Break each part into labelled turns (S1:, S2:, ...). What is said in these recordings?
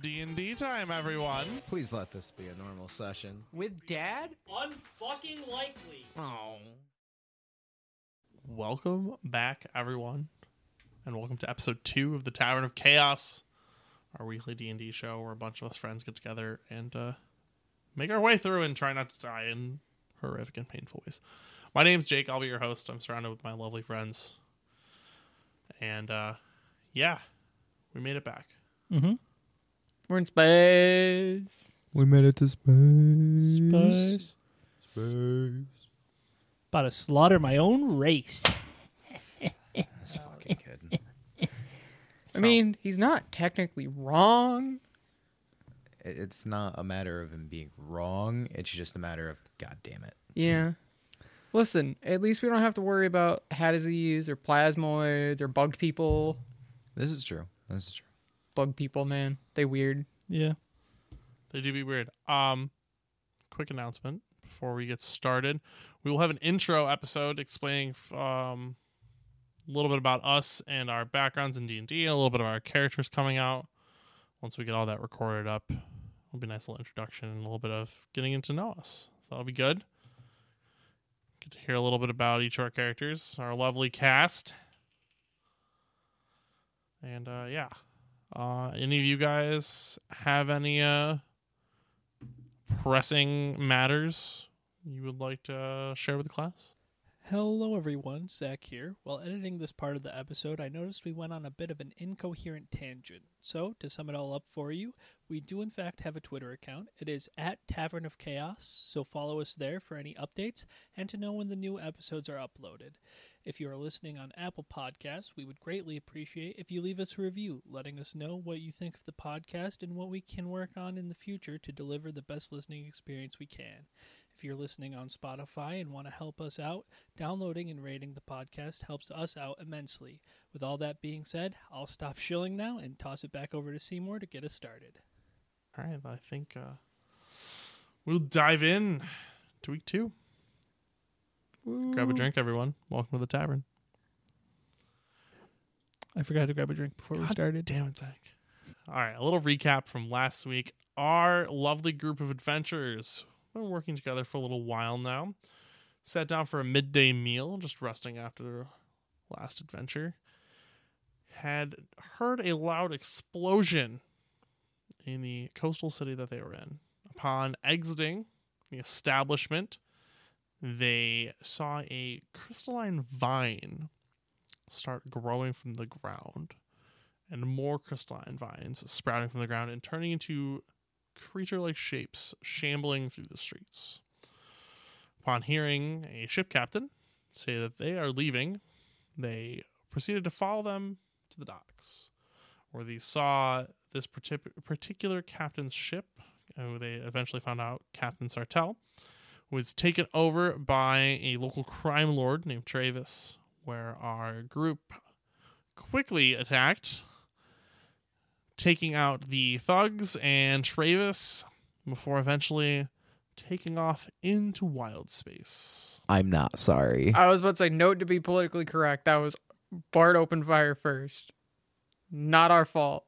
S1: D&D time, everyone.
S2: Please let this be a normal session.
S3: With dad?
S4: Unfucking likely.
S2: Oh.
S1: Welcome back, everyone, and welcome to episode two of the Tavern of Chaos, our weekly D&D show where a bunch of us friends get together and uh, make our way through and try not to die in horrific and painful ways. My name's Jake. I'll be your host. I'm surrounded with my lovely friends. And uh, yeah, we made it back.
S3: Mm-hmm. We're in space.
S2: We made it to space.
S3: Space.
S2: Space.
S3: About to slaughter my own race.
S2: That's fucking kidding.
S3: I mean, he's not technically wrong.
S2: It- It's not a matter of him being wrong. It's just a matter of, God damn it.
S3: Yeah. Listen, at least we don't have to worry about hat disease or plasmoids or bugged people.
S2: This is true. This is true.
S3: Bug people, man. They weird.
S5: Yeah.
S1: They do be weird. Um, quick announcement before we get started. We will have an intro episode explaining f- um a little bit about us and our backgrounds in D and D, a little bit of our characters coming out. Once we get all that recorded up, it'll be a nice little introduction and a little bit of getting to know us. So that'll be good. Get to hear a little bit about each of our characters, our lovely cast, and uh, yeah. Uh, any of you guys have any uh, pressing matters you would like to uh, share with the class?
S5: Hello, everyone. Zach here. While editing this part of the episode, I noticed we went on a bit of an incoherent tangent. So, to sum it all up for you, we do in fact have a Twitter account. It is at Tavern of Chaos, so follow us there for any updates and to know when the new episodes are uploaded. If you are listening on Apple Podcasts, we would greatly appreciate if you leave us a review, letting us know what you think of the podcast and what we can work on in the future to deliver the best listening experience we can. If you're listening on Spotify and want to help us out, downloading and rating the podcast helps us out immensely. With all that being said, I'll stop shilling now and toss it back over to Seymour to get us started.
S1: All right, I think uh, we'll dive in to week two. Grab a drink, everyone. Welcome to the tavern.
S5: I forgot to grab a drink before we
S1: God
S5: started.
S1: Damn it, Zach. All right, a little recap from last week. Our lovely group of adventurers, we've been working together for a little while now, sat down for a midday meal, just resting after their last adventure. Had heard a loud explosion in the coastal city that they were in. Upon exiting the establishment, they saw a crystalline vine start growing from the ground and more crystalline vines sprouting from the ground and turning into creature like shapes shambling through the streets. Upon hearing a ship captain say that they are leaving, they proceeded to follow them to the docks, where they saw this partic- particular captain's ship, who they eventually found out Captain Sartell, was taken over by a local crime lord named Travis, where our group quickly attacked, taking out the thugs and Travis before eventually taking off into wild space.
S2: I'm not sorry.
S3: I was about to say, note to be politically correct, that was Bart opened fire first. Not our fault.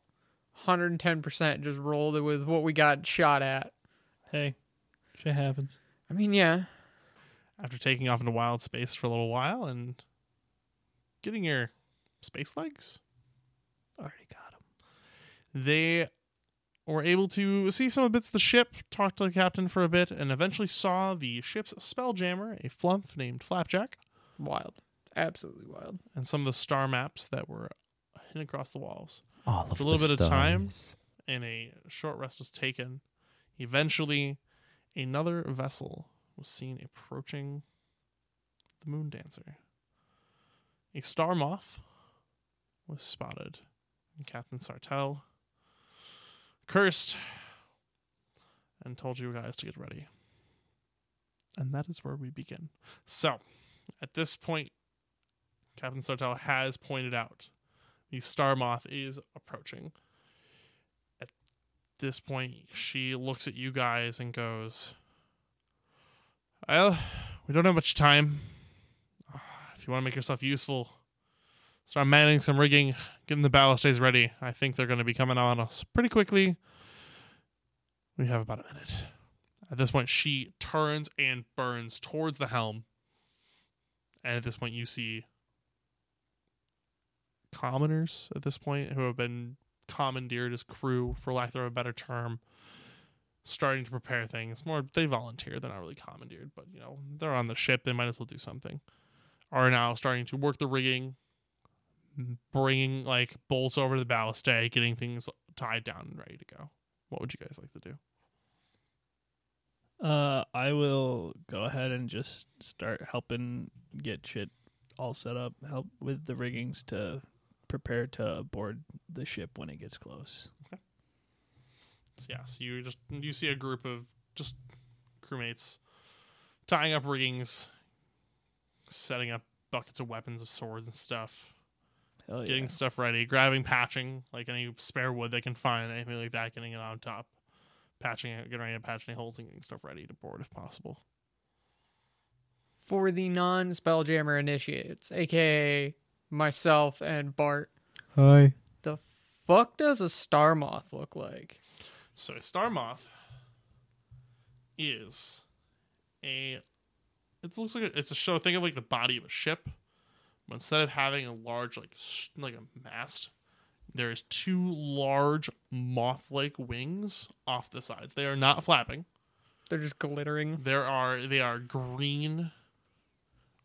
S3: 110% just rolled with what we got shot at.
S5: Hey, shit happens.
S3: I mean, yeah.
S1: After taking off into wild space for a little while and getting your space legs,
S5: Already got him.
S1: they were able to see some of the bits of the ship, talk to the captain for a bit, and eventually saw the ship's spelljammer, a flump named Flapjack,
S3: Wild. Absolutely wild.
S1: and some of the star maps that were hidden across the walls.
S2: All of
S1: a little
S2: the
S1: bit of time.
S2: stars.
S1: and a short rest was taken. Eventually, another vessel was seen approaching the Moon Dancer. A star moth was spotted, and Captain Sartell cursed and told you guys to get ready. And that is where we begin. So, at this point, Captain Sartell has pointed out the star moth is approaching this point, she looks at you guys and goes, Well, we don't have much time. Uh, If you want to make yourself useful, Start manning some rigging, getting the ballast days ready. I think they're going to be coming on us pretty quickly. We have about a minute. At this point, she turns and burns towards the helm. And at this point, you see commoners at this point who have been commandeered as crew, for lack of a better term, starting to prepare things. More, they volunteer. They're not really commandeered, but you know they're on the ship. They might as well do something. Are now starting to work the rigging, bringing like bolts over to the ballast day, getting things tied down and ready to go. What would you guys like to do?
S5: Uh, I will go ahead and just start helping get shit all set up. Help with the riggings to prepare to board the ship when it gets close.
S1: So, yeah, so you just you see a group of just crewmates tying up riggings, setting up buckets of weapons of swords and stuff,
S5: Hell yeah.
S1: getting stuff ready, grabbing patching, like any spare wood they can find, anything like that, getting it on top, patching it, getting ready to patch any holes and getting stuff ready to board if possible.
S3: for the non spelljammer initiates, aka myself and Bart.
S2: Hi.
S3: The fuck does a star moth look like?
S1: So a star moth is a it looks like a, it's a show. Think of like the body of a ship, but instead of having a large like s- like a mast, there is two large moth-like wings off the sides. They are not flapping.
S3: They're just glittering.
S1: There are they are green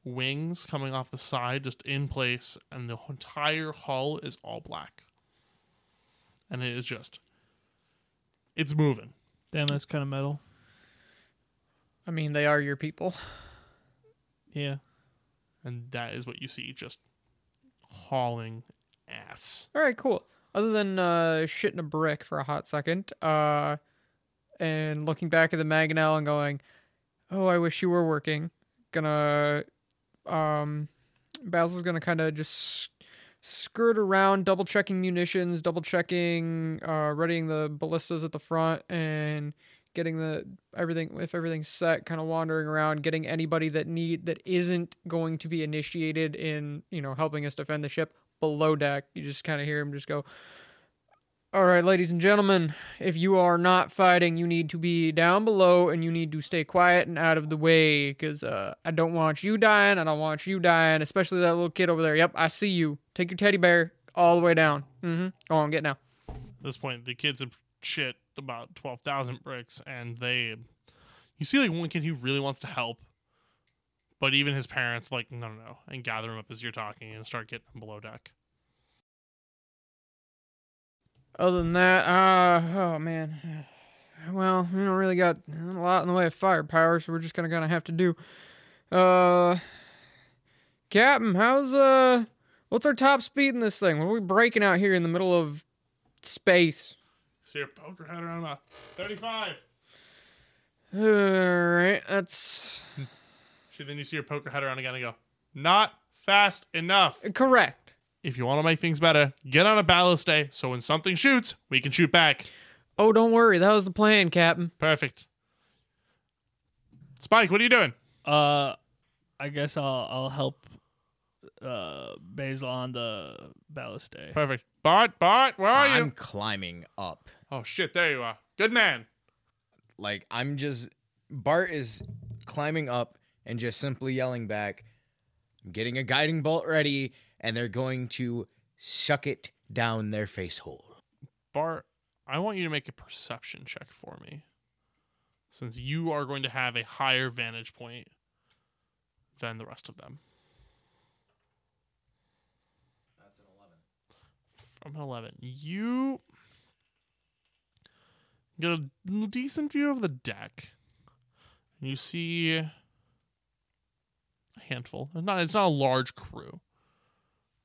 S1: wings coming off the side, just in place, and the entire hull is all black. And it is just it's moving.
S5: Damn, that's kind of metal.
S3: I mean, they are your people.
S5: Yeah.
S1: and that is what you see just hauling ass.
S3: All right, cool. Other than uh, shitting a brick for a hot second, uh, and looking back at the mangonel and going, "Oh, I wish you were working." Gonna, um, Basil's gonna kind of just skirt around, double checking munitions, double checking, uh, readying the ballistas at the front, and getting the everything if everything's set. Kind of wandering around, getting anybody that need that isn't going to be initiated in you know helping us defend the ship below deck. You just kind of hear him just go, All right, ladies and gentlemen, if you are not fighting, you need to be down below and you need to stay quiet and out of the way because uh, I don't want you dying. I don't want you dying, especially that little kid over there. Yep, I see you. Take your teddy bear all the way down. Mm hmm. Go on, get now.
S1: At this point, the kids have shit about 12,000 bricks, and they. You see, like, one kid who really wants to help, but even his parents, like, no, no, no, and gather him up as you're talking and start getting him below deck.
S3: Other than that, uh, oh man. Well, we don't really got a lot in the way of firepower, so we're just gonna gonna have to do. Uh, Captain, how's uh, what's our top speed in this thing? What are we breaking out here in the middle of space?
S1: So you're poking your head around about 35.
S3: All right, that's
S1: She, then you see her poke her head around again and go, not fast enough.
S3: correct.
S1: If you want to make things better, get on a ballast day so when something shoots, we can shoot back.
S3: Oh, don't worry, that was the plan, Captain.
S1: Perfect. Spike, what are you doing?
S5: Uh, I guess I'll I'll help uh Basil on the ballast day.
S1: Perfect. Bart, Bart, where are
S2: I'm
S1: you?
S2: climbing up.
S1: Oh shit, there you are. Good man.
S2: Like I'm just Bart is climbing up and just simply yelling back. I'm getting a guiding bolt ready, and they're going to suck it down their face hole.
S1: Bart, I want you to make a perception check for me. Since you are going to have a higher vantage point than the rest of them. That's an 11. From an 11. You get a decent view of the deck. You see a handful. It's not, it's not a large crew,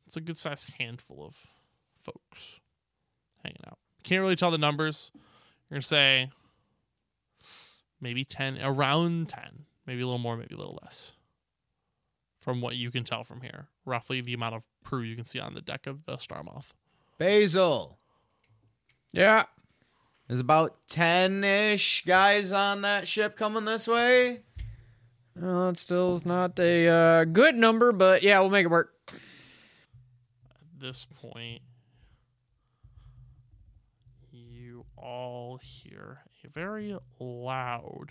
S1: it's a good sized handful of folks hanging out. Can't really tell the numbers. You're gonna say maybe ten, around ten, maybe a little more, maybe a little less. From what you can tell from here, roughly the amount of crew you can see on the deck of the Starmoth.
S2: Basil,
S3: Yeah,
S2: there's about ten-ish guys on that ship coming this way.
S3: well, it still's not a uh, good number, but yeah, we'll make it work.
S1: this point, you all hear a very loud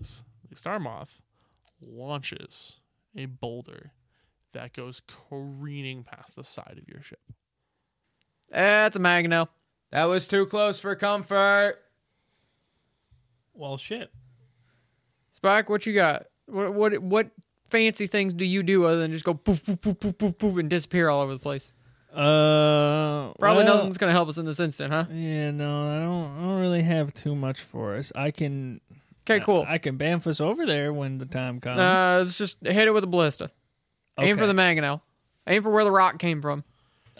S1: as the star moth launches a boulder that goes careening past the side of your ship.
S3: That's a Magno.
S2: That was too close for comfort.
S5: Well, shit.
S3: Spike, what you got? What what what fancy things do you do other than just go poof poof poof poof poof, poof and disappear all over the place?
S5: Uh,
S3: Probably
S5: well,
S3: nothing's gonna help us in this instant, huh?
S5: Yeah, no, I don't. I don't really have too much for us. I can.
S3: Okay, cool.
S5: I, I can bamf us over there when the time comes.
S3: Uh, let's just hit it with a ballista. Aim for
S5: Okay.
S3: the mangonel. Aim for where the rock came from.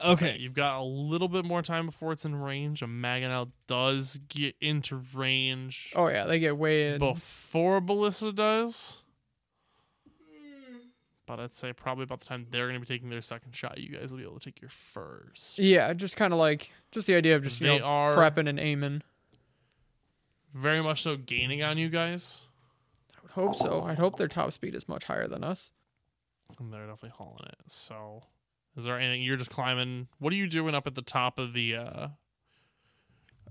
S5: okay.
S1: You've got a little bit more time before it's in range. A Maganel does get into range
S3: Oh yeah, they get way in.
S1: before Ballista does.
S3: Hmm.
S1: But I'd say probably about the time they're going to be taking their second shot, you guys will be able to take your first.
S3: Yeah, just kind of like just the idea of just you
S1: They
S3: know,
S1: are-
S3: prepping and aiming.
S1: Very much so gaining on you guys.
S3: I would hope so. I'd hope their top speed is much higher than us.
S1: And they're definitely hauling it. So, is there anything you're just climbing? What are you doing up at the top of the uh,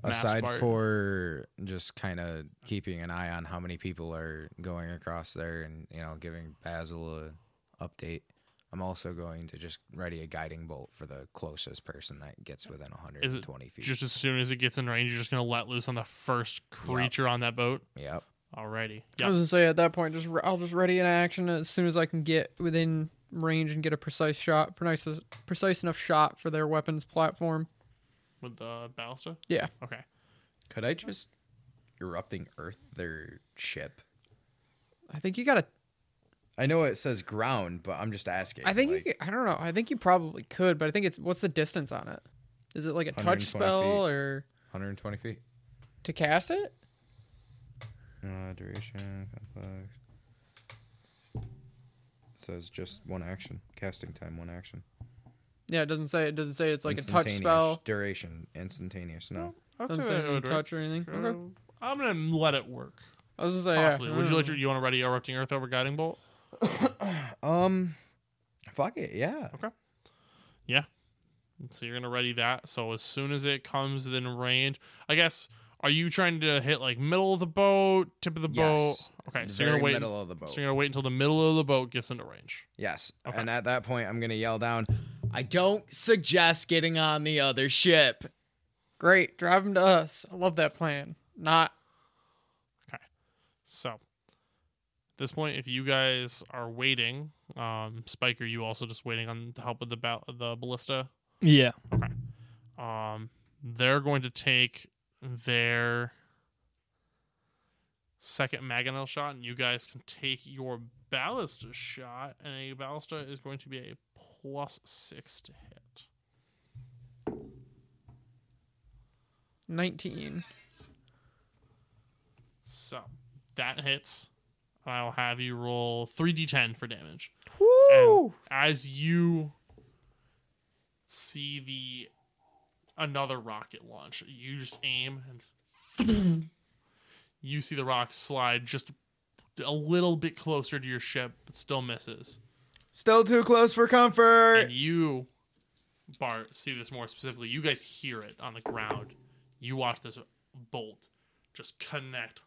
S1: Mass
S2: Aside
S1: Bart.
S2: for just kind of keeping an eye on how many people are going across there and, you know, giving Basil a update, I'm also going to just ready a guiding bolt for the closest person that gets within 120 feet.
S1: just as soon as it gets in range, you're just gonna let loose on the first creature on that boat.
S2: Yep.
S1: Alrighty.
S3: I was
S1: Yep.
S3: gonna say at that point, just re- I'll just ready an action as soon as I can get within range and get a precise shot, precise precise enough shot for their weapons platform.
S1: With the ballista.
S3: Yeah,
S1: Okay.
S2: Could I just erupting earth their ship?
S3: I think you gotta.
S2: I know it says ground, but I'm just asking.
S3: I think
S2: like,
S3: you. Could, I don't know. I think you probably could, but I think it's what's the distance on it? Is it like a touch
S2: 120
S3: spell
S2: feet.
S3: or
S2: 120 feet.
S3: to cast it?
S2: Uh, duration, complex. says just one action. Casting time, one action.
S3: Yeah, it doesn't say. It doesn't say it's like a touch spell.
S2: Duration, instantaneous. No.
S1: I'd
S3: Doesn't say it would touch or anything. Okay.
S1: I'm gonna let it work.
S3: I was gonna say.
S1: Possibly.
S3: Yeah.
S1: Would you
S3: Mm.
S1: like your, you want to ready erupting earth over guiding bolt?
S2: Um, fuck it. Yeah.
S1: So you're gonna ready that. So as soon as it comes in range, I guess. Are you trying to hit like middle of the boat, tip of the
S2: Yes.
S1: boat? Okay. So
S2: Very
S1: you're gonna wait.
S2: middle of the boat.
S1: So you're gonna wait until the middle of the boat gets into range.
S2: Yes.
S1: Okay.
S2: And at that point, I'm gonna yell down. I don't suggest getting on the other ship.
S3: Great, drive them to us. I love that plan. Not
S1: So, at this point, if you guys are waiting, um, Spike, are you also just waiting on the help of the ba- the ballista?
S5: Yeah.
S1: Um, they're going to take their second Maganel shot, and you guys can take your ballista shot, and a ballista is going to be a plus six to hit.
S3: nineteen.
S1: So that hits. I'll have you roll three d10 for damage.
S3: Woo!
S1: And as you see the another rocket launch, you just aim and you see the rock slide just a little bit closer to your ship, but still misses.
S2: Still too close for comfort.
S1: And you, Bart, see this more specifically. You guys hear it on the ground. You watch this bolt just connect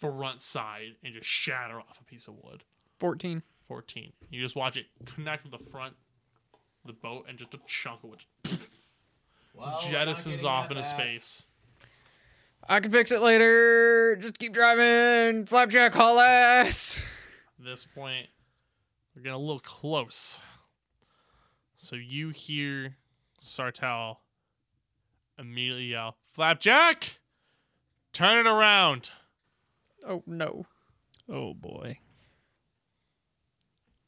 S1: front side and just shatter off a piece of wood.
S3: Fourteen.
S1: 14. You just watch it connect with the front of the boat and just a chunk of it
S2: Oh,
S1: jettisons off into space.
S3: I can fix it later. Just keep driving. Flapjack haul ass.
S1: At this point, we're getting a little close. So you hear Sartell immediately yell, Flapjack! Turn it around!
S3: Oh no.
S5: Oh boy.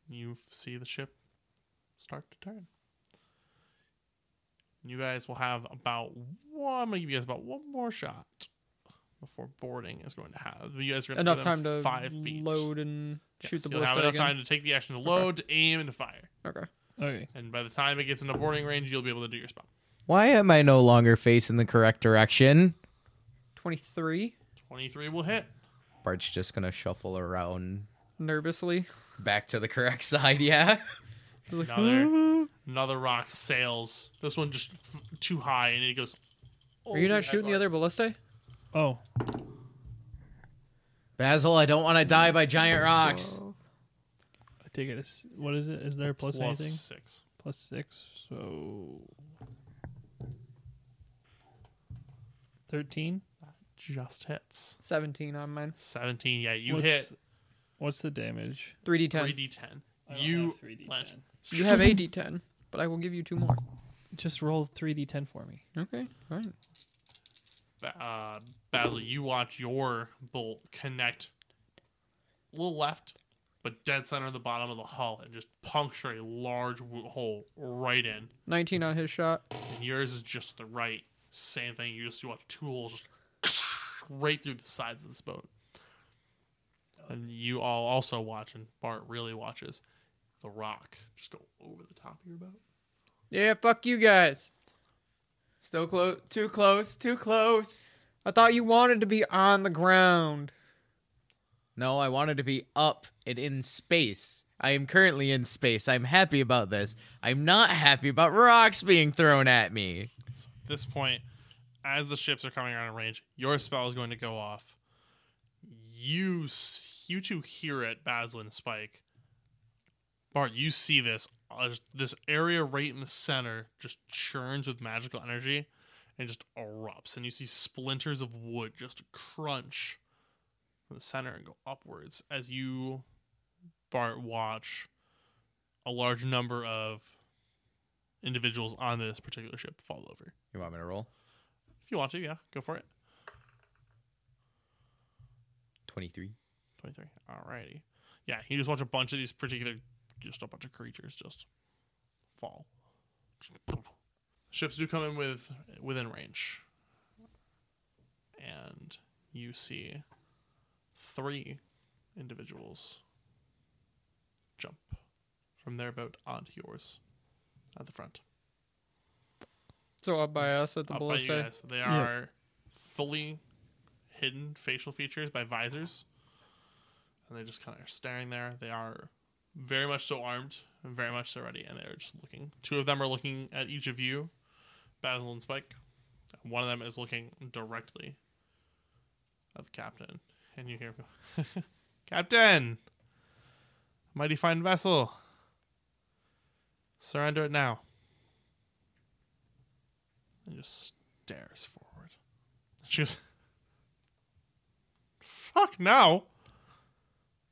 S1: You f- see the ship start to turn. You guys will have about one. I'm gonna give you guys about one more shot before boarding is going to have. You guys are gonna be
S3: Enough
S1: within
S3: time to
S1: five feet.
S3: load and
S1: Yes,
S3: shoot the
S1: You'll have
S3: ballista
S1: enough
S3: again.
S1: time to take the action to load, to aim, and to fire.
S3: Okay.
S5: Okay.
S1: And by the time it gets into boarding range, you'll be able to do your spell.
S2: Why am I no longer facing the correct direction?
S3: Twenty-three.
S1: Twenty-three will hit.
S2: Bart's just gonna shuffle around
S3: Nervously.
S2: back to the correct side. Yeah.
S1: Another
S6: Mm-hmm.
S1: another rock sails. This one just f- too high, and it goes.
S3: Are you not shooting the other ballista?
S5: Oh,
S2: Basil, I don't want to die by giant rocks.
S5: I take it as what is it? Is there a plus,
S1: plus
S5: anything?
S1: six?
S5: Plus six, so thirteen.
S1: Just hits.
S3: 17 on mine.
S1: Seventeen. Yeah, you
S5: what's,
S1: hit
S5: What's the damage?
S1: 3
S3: 3D10.
S1: d ten. You
S5: three d
S1: land.
S5: ten.
S3: You have a d10, but I will give you two more.
S5: Just roll three d ten for me.
S3: Okay, fine.
S1: uh, Basil, you watch your bolt connect a little left, but dead center of the bottom of the hull and just puncture a large wo- hole right in.
S3: 19 on his shot.
S1: And yours is just the right. Same thing. You just you watch two holes just right through the sides of this boat. And you all also watch, and Bart really watches the rock just go over the top of your boat.
S3: Yeah, fuck you guys.
S6: Still close. Too close. Too close.
S3: I thought you wanted to be on the ground.
S2: No, I wanted to be up and in space. I am currently in space. I'm happy about this. I'm not happy about rocks being thrown at me.
S1: this point, as the ships are coming around in range, your spell is going to go off. You s- you two hear it, Basil and Spike. Bart, you see this uh, just- this area right in the center just churns with magical energy and just erupts, and you see splinters of wood just crunch in the center and go upwards as you, Bart, watch a large number of individuals on this particular ship fall over.
S2: You want me to roll?
S1: If you want to, yeah, go for it.
S2: 23.
S1: 23. Alrighty. Yeah, you just watch a bunch of these particular, just a bunch of creatures just fall. Ships do come in with within range. And you see three individuals jump from their boat onto yours at the front.
S3: So up by us at the
S1: up by you
S3: ballista.
S1: guys. They are fully hidden facial features by visors, and they just kind of are staring there. They are very much so armed and very much so ready, and they are just looking. Two of them are looking at each of you, Basil and Spike. One of them is looking directly at the captain, and you hear, him go, "Captain, mighty fine vessel." Surrender it now and just stares forward. She goes, "Fuck no,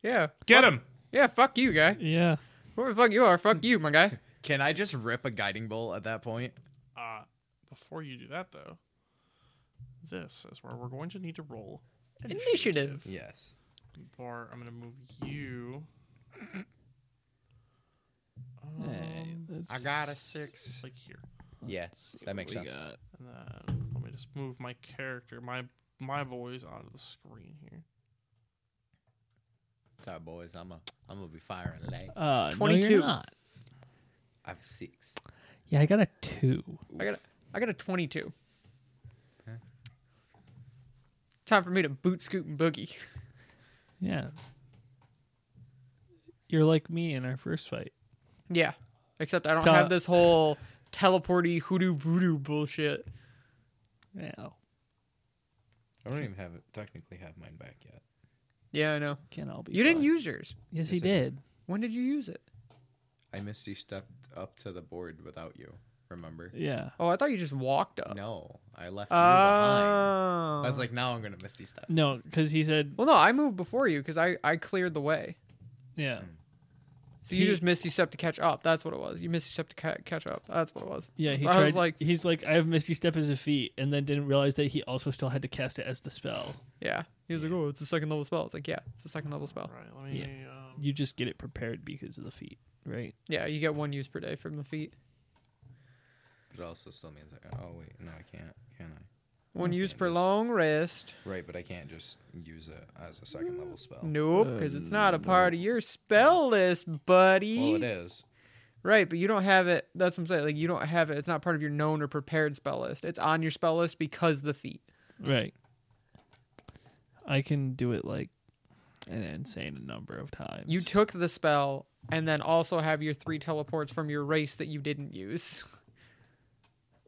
S3: Yeah.
S1: get him!"
S3: Yeah, fuck you, guy.
S5: Yeah.
S3: Whoever the fuck you are, fuck you, my guy.
S2: Can I just rip a guiding bolt at that point?
S1: Uh, before you do that, though, this is where we're going to need to roll
S3: Initiative.
S2: Yes.
S1: Bar, I'm going to move you. Um,
S5: Um,
S2: I got a six.
S1: like here,
S2: Yeah, that makes sense.
S1: and then let me just move my character, my my boys, onto the screen here.
S2: Sorry, boys. I'm a, I'm gonna be firing late.
S5: Uh, no,
S3: 22.
S5: you're not.
S2: I have six.
S5: Yeah, I got a two.
S3: I got a, I got a 22. Time for me to boot, scoot, and boogie.
S5: Yeah. You're like me in our first fight.
S3: Yeah. Except I don't
S5: Ta-
S3: have this whole teleporty hoodoo voodoo bullshit.
S5: Yeah.
S2: I don't even have it, technically have mine back yet.
S3: Yeah, I know.
S5: Can all be.
S3: You didn't
S5: fun.
S3: use yours.
S5: Yes,
S2: Yes,
S5: he
S2: I did.
S5: did.
S3: When did you use it?
S2: I misty stepped up to the board without you. Remember?
S5: Yeah.
S3: Oh, I thought you just walked up.
S2: No, I left
S3: Oh.
S2: you behind. I was like, now I'm gonna misty step.
S5: No, because he said.
S3: well, no, I moved before you because I, I cleared the way.
S5: Yeah.
S3: So you
S5: He-
S3: just missed your step to catch up. That's what it was. You missed your step to ca- catch up. That's what it was.
S5: Yeah, he
S3: So
S5: tried.
S3: I was like,
S5: he's like, I have Misty Step as a feat, and then didn't realize that he also still had to cast it as the spell.
S3: yeah. He was like, oh, it's a second level spell. It's like, yeah, it's a second level spell.
S1: All right, let me. Um,
S5: You just get it prepared because of the feat, right?
S3: Yeah, you get one use per day from the feet.
S2: But it also still means like, oh wait, no, I can't. Can I?
S3: One
S2: Okay,
S3: use per
S2: nice.
S3: long rest.
S2: Right, but I can't just use it as a second level spell.
S3: Nope, because it's not a part of your spell list, buddy.
S2: Oh, Well, it is.
S3: Right, but you don't have it. That's what I'm saying. Like you don't have it. It's not part of your known or prepared spell list. It's on your spell list because the feat.
S5: Right. I can do it like an insane number of times.
S3: You took the spell and then also have your three teleports from your race that you didn't use.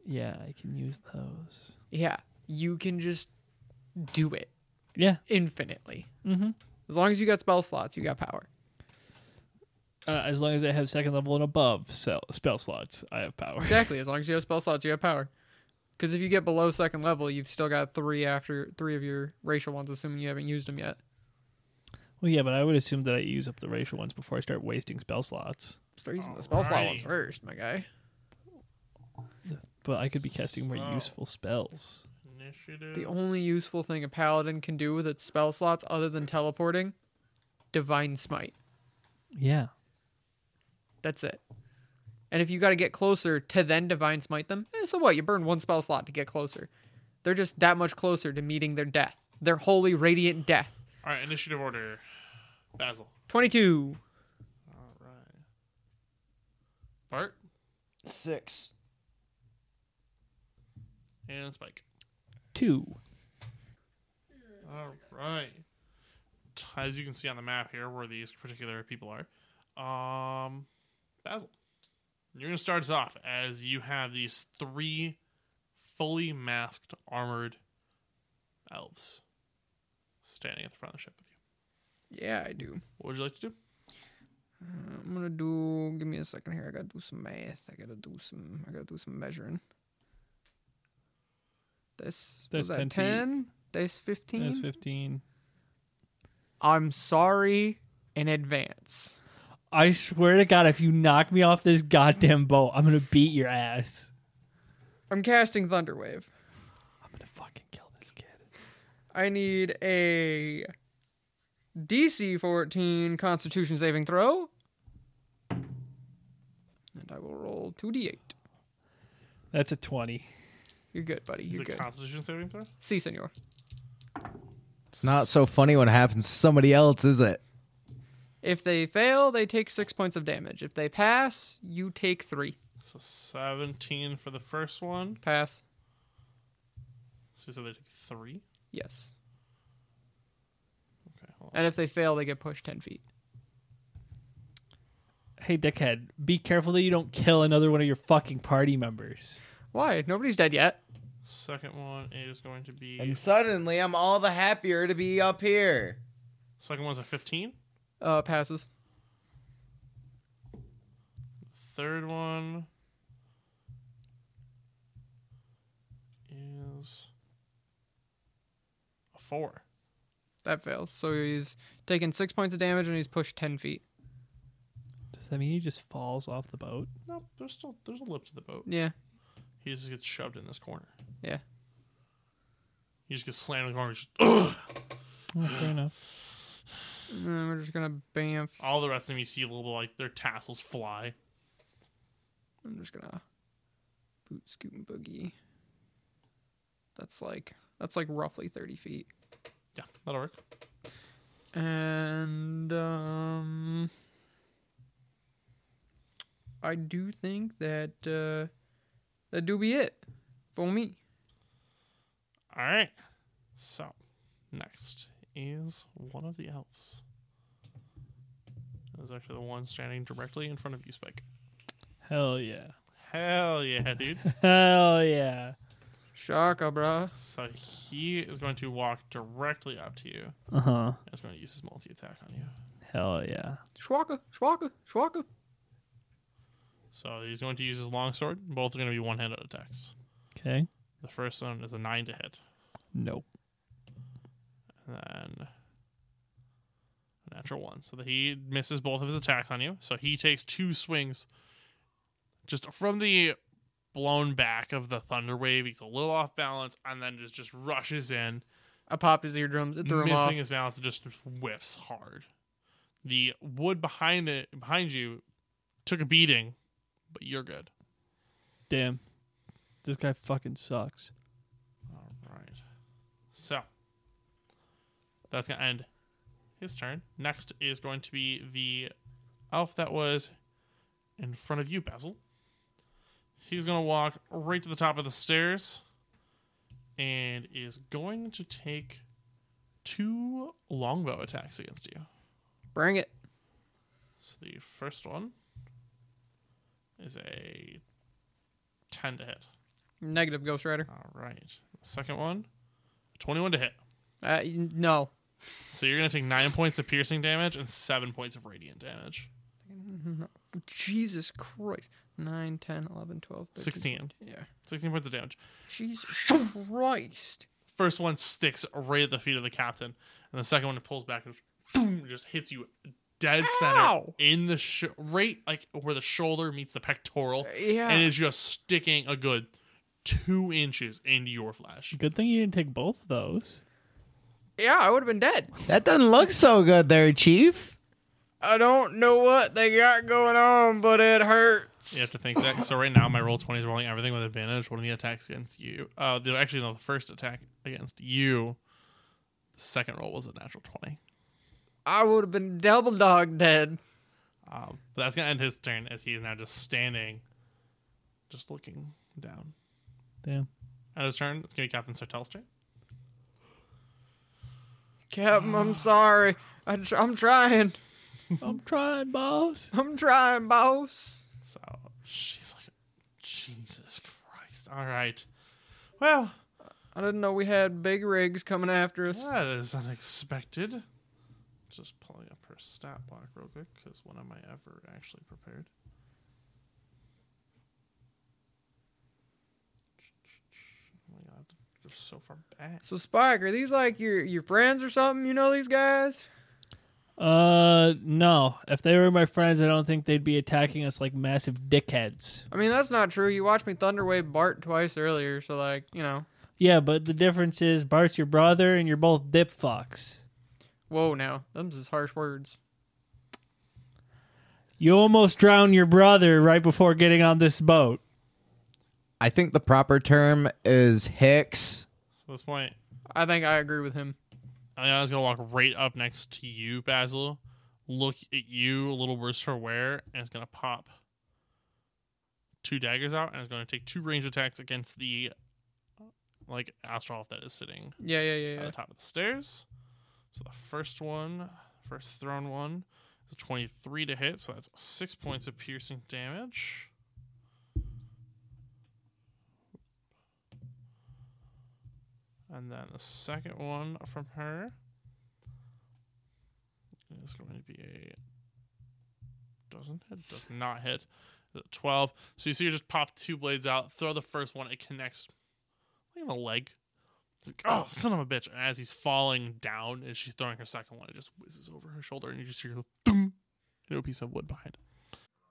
S5: Yeah, I can use those.
S3: Yeah, you can just do it
S5: Yeah.
S3: infinitely.
S5: Mm-hmm.
S3: As long as you got spell slots, you got power.
S5: Uh, as long as I have second level and above spell, spell slots, I have power.
S3: Exactly. As long as you have spell slots, you have power. Because if you get below second level, you've still got three after three of your racial ones, assuming you haven't used them yet.
S5: Well, yeah, but I would assume that I use up the racial ones before I start wasting spell slots.
S3: Start using the spell slot ones
S1: Alrighty.
S3: first, my guy.
S5: But I could be casting more
S1: Oh.
S5: useful spells.
S1: Initiative.
S3: The only useful thing a paladin can do with its spell slots, other than teleporting, divine smite.
S5: Yeah.
S3: That's it. And if you got to get closer to then divine smite them, eh, so what? You burn one spell slot to get closer. They're just that much closer to meeting their death, their holy radiant death.
S1: All right, initiative order. Basil.
S3: Twenty-two.
S1: All right. Bart
S2: Six.
S1: and Spike.
S5: Two.
S1: All right. As you can see on the map here, where these particular people are, um, Basil, you're gonna start us off as you have these three fully masked armored elves standing at the front of the ship with you.
S3: Yeah, I do.
S1: What would you like to do?
S3: I'm gonna do. Give me a second here. I gotta do some math. I gotta do some. I gotta do some measuring. This
S5: That's
S3: was that
S5: 10 feet.
S3: ten. This
S5: That's
S3: fifteen.
S5: 15.
S3: I'm sorry in advance.
S5: I swear to God, if you knock me off this goddamn boat, I'm going to beat your ass.
S3: I'm casting Thunderwave.
S5: I'm going to fucking kill this kid.
S3: I need a DC 14 Constitution saving throw, and I will roll 2d8.
S5: That's a 20.
S3: You're good, buddy.
S1: Is
S3: You're
S1: it
S3: good.
S1: Constitution saving throw?
S3: See, senor.
S2: It's not so funny when it happens to somebody else, is it?
S3: If they fail, they take six points of damage. If they pass, you take three.
S1: So 17 for the first one.
S3: Pass.
S1: So you said they take three.
S3: Yes.
S1: Okay, hold on.
S3: And if they fail, they get pushed 10 feet.
S5: Hey, dickhead, be careful that you don't kill another one of your fucking party members.
S3: Why? Nobody's dead yet.
S1: Second one is going to be.
S2: And suddenly I'm all the happier to be up here.
S1: second one's a 15.
S3: Uh, passes.
S1: Third one is a four.
S3: That fails. So he's taken six points of damage and he's pushed 10 feet.
S5: Does that mean he just falls off the boat?
S1: Nope, there's still there's a lip to the boat.
S3: Yeah.
S1: He just gets shoved in this corner.
S3: Yeah.
S1: He just gets slammed in the corner. Just, Ugh!
S5: Oh, fair enough.
S3: Uh, we're just going to bamf.
S1: All the rest of them, you see a little bit like their tassels fly.
S3: I'm just gonna boot scoot and boogie. That's like that's like roughly thirty feet.
S1: Yeah, that'll work.
S3: And um I do think that uh that do be it for me.
S1: All right. So, next is one of the elves. That is actually the one standing directly in front of you, Spike.
S5: Hell yeah.
S1: Hell yeah, dude.
S5: Hell yeah.
S3: Shaka bruh.
S1: So he is going to walk directly up to you and
S5: Uh huh.
S1: is going to use his multi attack on you.
S5: Hell yeah.
S3: Shwaka, shwaka, shwaka.
S1: So he's going to use his longsword. Both are going to be one handed attacks.
S5: Okay.
S1: The first one is a 9 to hit,
S5: Nope.
S1: and then a natural 1. So that he misses both of his attacks on you. So he takes two swings just from the blown back of the thunder wave. He's a little off balance and then just, just rushes in
S3: I popped his eardrums, it threw him
S1: missing
S3: off.
S1: his balance, and just whiffs hard. The wood behind it, behind you, took a beating, but you're good.
S5: Damn. This guy fucking sucks.
S1: All right. So that's gonna end his turn. Next is going to be the elf that was in front of you, Basil. He's gonna walk right to the top of the stairs and is going to take two longbow attacks against you.
S3: Bring it.
S1: So the first one is a 10 to hit.
S3: Negative Ghost Rider.
S1: All right. The second one, 21 to hit.
S3: Uh, y- no.
S1: So you're going to take 9 points of piercing damage and 7 points of radiant damage.
S3: Jesus Christ. 9, 10, 11, 12, 13,
S1: 16.
S3: Yeah.
S1: 16 points of damage.
S3: Jesus Christ.
S1: First one sticks right at the feet of the captain, and the second one pulls back and boom, just hits you dead center
S3: Ow!
S1: in the sh- right like where the shoulder meets the pectoral,
S3: yeah.
S1: and is just sticking a good two inches into your flesh.
S5: Good thing you didn't take both of those.
S3: Yeah, I would have been dead.
S2: That doesn't look so good there, Chief.
S3: I don't know what they got going on, but it hurts.
S1: You have to think that. So right now, my roll twenty is rolling everything with advantage. One of the attacks against you. Uh, the, actually, no, the first attack against you. The second roll was a natural twenty.
S3: I would have been double dog dead.
S1: Um, but that's gonna end his turn as he is now just standing, just looking down.
S5: Damn.
S1: At his turn, it's gonna be Captain Sartel's turn.
S3: Captain, I'm sorry. I tr- I'm trying.
S5: I'm trying, boss.
S3: I'm trying, boss.
S1: So she's like, Jesus Christ! All right. Well,
S3: I didn't know we had big rigs coming after us.
S1: That is unexpected. Just pulling up her stat block real quick, because when am I ever actually prepared? Oh my god, they're so far back.
S3: So Spike, are these like your your friends or something? You know these guys?
S5: Uh, no. If they were my friends, I don't think they'd be attacking us like massive dickheads.
S3: I mean, that's not true. You watched me thunderwave Bart twice earlier, so like, you know.
S5: Yeah, but the difference is Bart's your brother and you're both dip fucks.
S3: Whoa, now them's is harsh words.
S5: You almost drowned your brother right before getting on this boat.
S2: I think the proper term is Hicks.
S1: So at this point,
S3: I think I agree with him.
S1: Ayana's gonna walk right up next to you, Basil, look at you a little worse for wear, and it's gonna pop two daggers out, and it's gonna take two range attacks against the like Astrolf that is sitting
S3: Yeah, yeah, yeah,
S1: at
S3: yeah.
S1: the top of the stairs. So the first one, first thrown one, is a 23 to hit. So that's six points of piercing damage. And then the second one from her is going to be a. Doesn't hit, does not hit. Is it 12. So you see, you just pop two blades out, throw the first one, it connects like in the leg. It's like, oh, son of a bitch. And as he's falling down, as she's throwing her second one, it just whizzes over her shoulder, and you just hear a thum, and a piece of wood behind.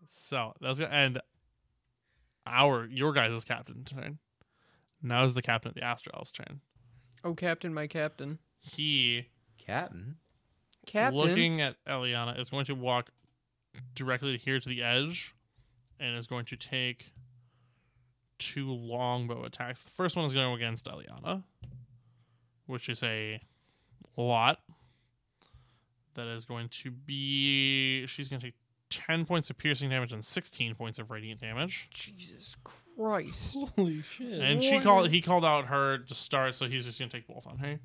S1: So that's gonna end our your guys' captain turn. Now is the captain of the Astro Elf's turn.
S3: Oh, Captain, my Captain.
S1: He
S2: Captain.
S3: Captain.
S1: looking at Eliana is going to walk directly here to the edge and is going to take two longbow attacks. The first one is going to go against Eliana, which is a lot. That is going to be. She's going to take 10 points of piercing damage and 16 points of radiant damage.
S3: Jesus Christ.
S5: Holy shit.
S1: And she called. He called out her to start, so he's just gonna take both on her.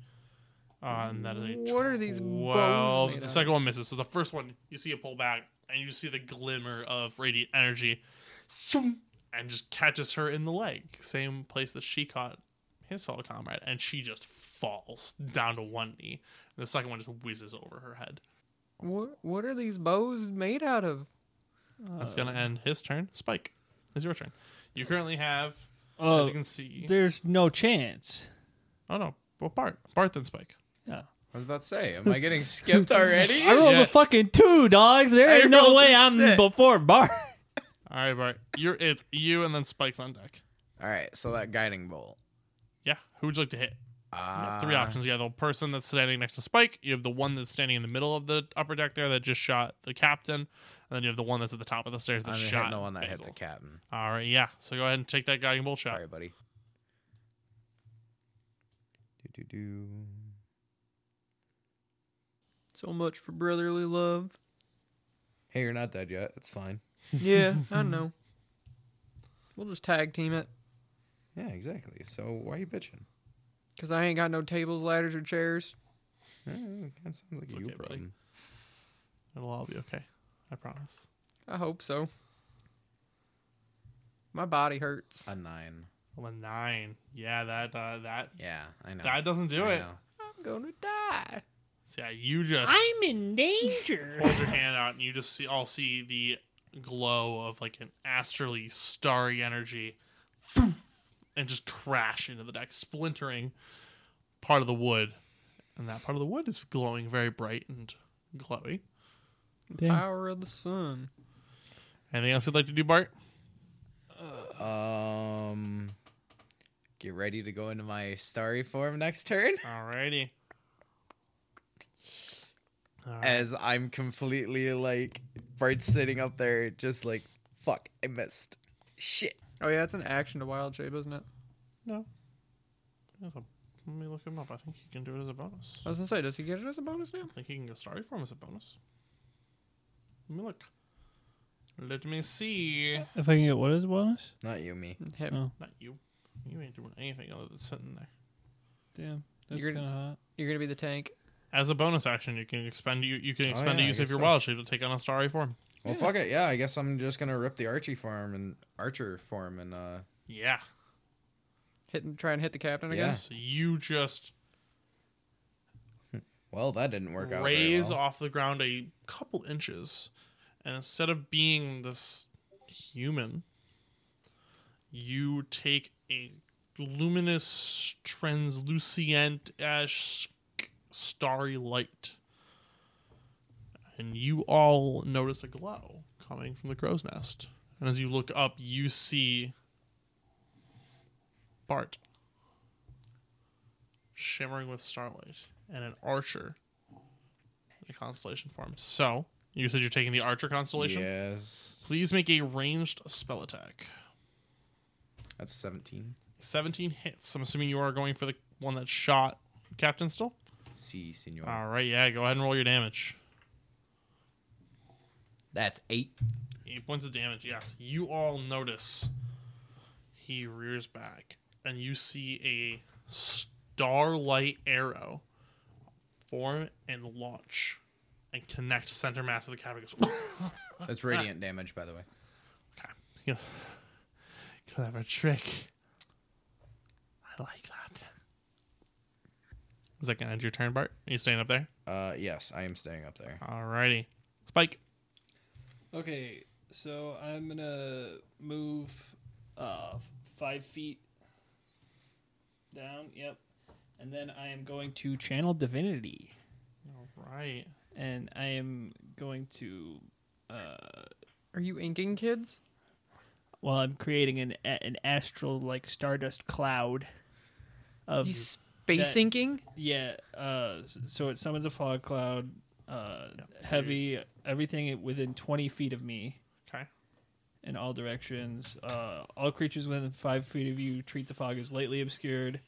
S1: Uh, and that is a
S3: What are these bones
S1: twelve.
S3: made
S1: The
S3: of?
S1: second one misses. So the first one, you see it pull back, and you see the glimmer of radiant energy, Shoom! and just catches her in the leg, same place that she caught his fellow comrade, and she just falls down to one knee. And the second one just whizzes over her head.
S3: What What are these bows made out of?
S1: That's gonna end his turn. Spike, it's your turn. You currently have, as
S5: Oh,
S1: you can see.
S5: there's no chance.
S1: Oh no, well Bart, Bart then Spike.
S5: Yeah.
S2: I was about to say, am I getting skipped already?
S5: I rolled
S1: Yeah.
S5: a fucking two, dog. There
S2: I
S5: ain't no
S2: rolled a
S5: way I'm
S2: six.
S5: before Bart.
S1: All right, Bart. You're it's you and then Spike's on deck.
S2: All right, so that guiding bolt.
S1: Yeah. Who would you like to hit? You
S2: Uh,
S1: have three options. You have the person that's standing next to Spike. You have the one that's standing in the middle of the upper deck there that just shot the captain. And then you have the one that's at the top of the stairs that
S2: I'm
S1: shot
S2: hitting the one that hit
S1: Basil.
S2: the captain.
S1: All right. Yeah. So go ahead and take that guiding bolt shot.
S2: Sorry, buddy. Do, do, do.
S3: So much for brotherly love.
S2: Hey, you're not dead yet. It's fine.
S3: Yeah, I know. We'll just tag team it.
S2: Yeah, exactly. So why are you bitching?
S3: Because I ain't got no tables, ladders, or chairs.
S2: Eh, Kind of sounds like
S1: It's
S2: a you
S1: okay, buddy.
S2: problem.
S1: It'll all be okay. I promise.
S3: I hope so. My body hurts.
S2: A nine.
S1: Well, a nine. Yeah, that uh, that
S2: Yeah, I know.
S1: that doesn't do
S2: I
S1: it.
S2: know.
S3: I'm gonna die.
S1: So, yeah, you just
S4: I'm in danger.
S1: hold your hand out, and you just see all see the glow of like an astrally starry energy, and just crash into the deck, splintering part of the wood, and that part of the wood is glowing very bright and glowy.
S3: Power of the sun.
S1: Anything else you'd like to do, Bart?
S2: Um, get ready to go into my starry form next turn
S1: Alrighty. Alright.
S2: as I'm completely like Bart's sitting up there, just like fuck, I missed. Shit.
S3: Oh yeah, it's an action to wild shape, isn't it?
S1: No. That's a- Let me look him up. I think he can do it as a bonus.
S3: I was gonna say, does he get it as a bonus now?
S1: I think he can go starry form as a bonus. Let me look. Let me see.
S5: If I can get what is a bonus?
S2: Not you, me.
S3: Him.
S5: Oh.
S1: Not you. You ain't doing anything other than sitting there.
S5: Damn, that's
S3: You're
S5: kind
S3: gonna-
S5: of hot.
S3: You're gonna be the tank.
S1: As a bonus action, you can expend you, you can
S2: Oh,
S1: expend a
S2: yeah, I
S1: use of
S2: guess
S1: your
S2: so.
S1: wild shape to take on a starry form.
S2: Well, fuck it. Yeah, I guess I'm just gonna rip the Archie form and Archer form and uh.
S1: Yeah.
S3: Hit and try and hit the captain
S2: Yeah.
S3: again.
S1: So you just
S2: Well, that didn't work out. very
S1: raise
S2: well.
S1: off the ground a couple inches, and instead of being this human, you take a luminous, translucent ash starry light, and you all notice a glow coming from the crow's nest. And as you look up, you see Bart shimmering with starlight and an archer the constellation form. So you said you're taking the Archer constellation.
S2: Yes.
S1: Please make a ranged spell attack.
S2: That's 17.
S1: 17 hits. I'm assuming you are going for the one that shot Captain still.
S2: Si, senor.
S1: All right, yeah. Go ahead and roll your damage.
S2: That's eight.
S1: Eight points of damage. Yes. You all notice he rears back, and you see a starlight arrow form and launch and connect center mass of the cavern. It goes
S2: That's radiant damage, by the way.
S1: You know, clever trick. I like that. Is that gonna end your turn, Bart? Are you staying up there?
S2: Uh, yes, I am staying up there.
S1: Alrighty. Spike.
S5: Okay, so I'm gonna move uh five feet down. Yep, and then I am going to channel divinity,
S1: Alright.
S5: and I am going to uh
S3: Are you inking kids?
S5: well, I'm creating an a- an astral like stardust cloud of
S3: You space
S5: that-
S3: inking?
S5: Yeah. Uh, s- so it summons a fog cloud, uh, heavy, everything within 20 feet of me
S1: Okay.
S5: in all directions. Uh, all creatures within five feet of you treat the fog as lightly obscured.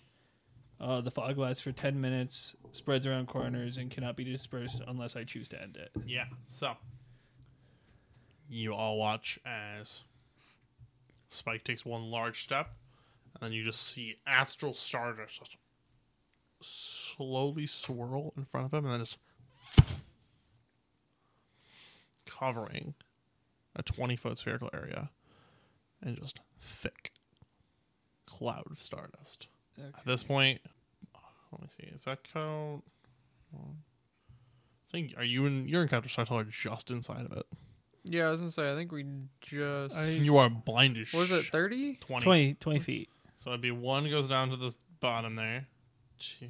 S5: Uh, the fog lasts for 10 minutes, spreads around corners, and cannot be dispersed unless I choose to end it.
S1: Yeah. So you all watch as Spike takes one large step, and then you just see astral stardust just slowly swirl in front of him, and then just covering a twenty-foot spherical area, and just thick cloud of stardust. At this point, let me see. Is that count? I think are you in? You're in Captain Startler just inside of it.
S3: Yeah, I was gonna say. I think we just.
S1: You are blind as
S3: was it
S1: shit.
S3: thirty?
S1: 20.
S5: 20, 20 feet.
S1: So it'd be one goes down to the bottom there. Two.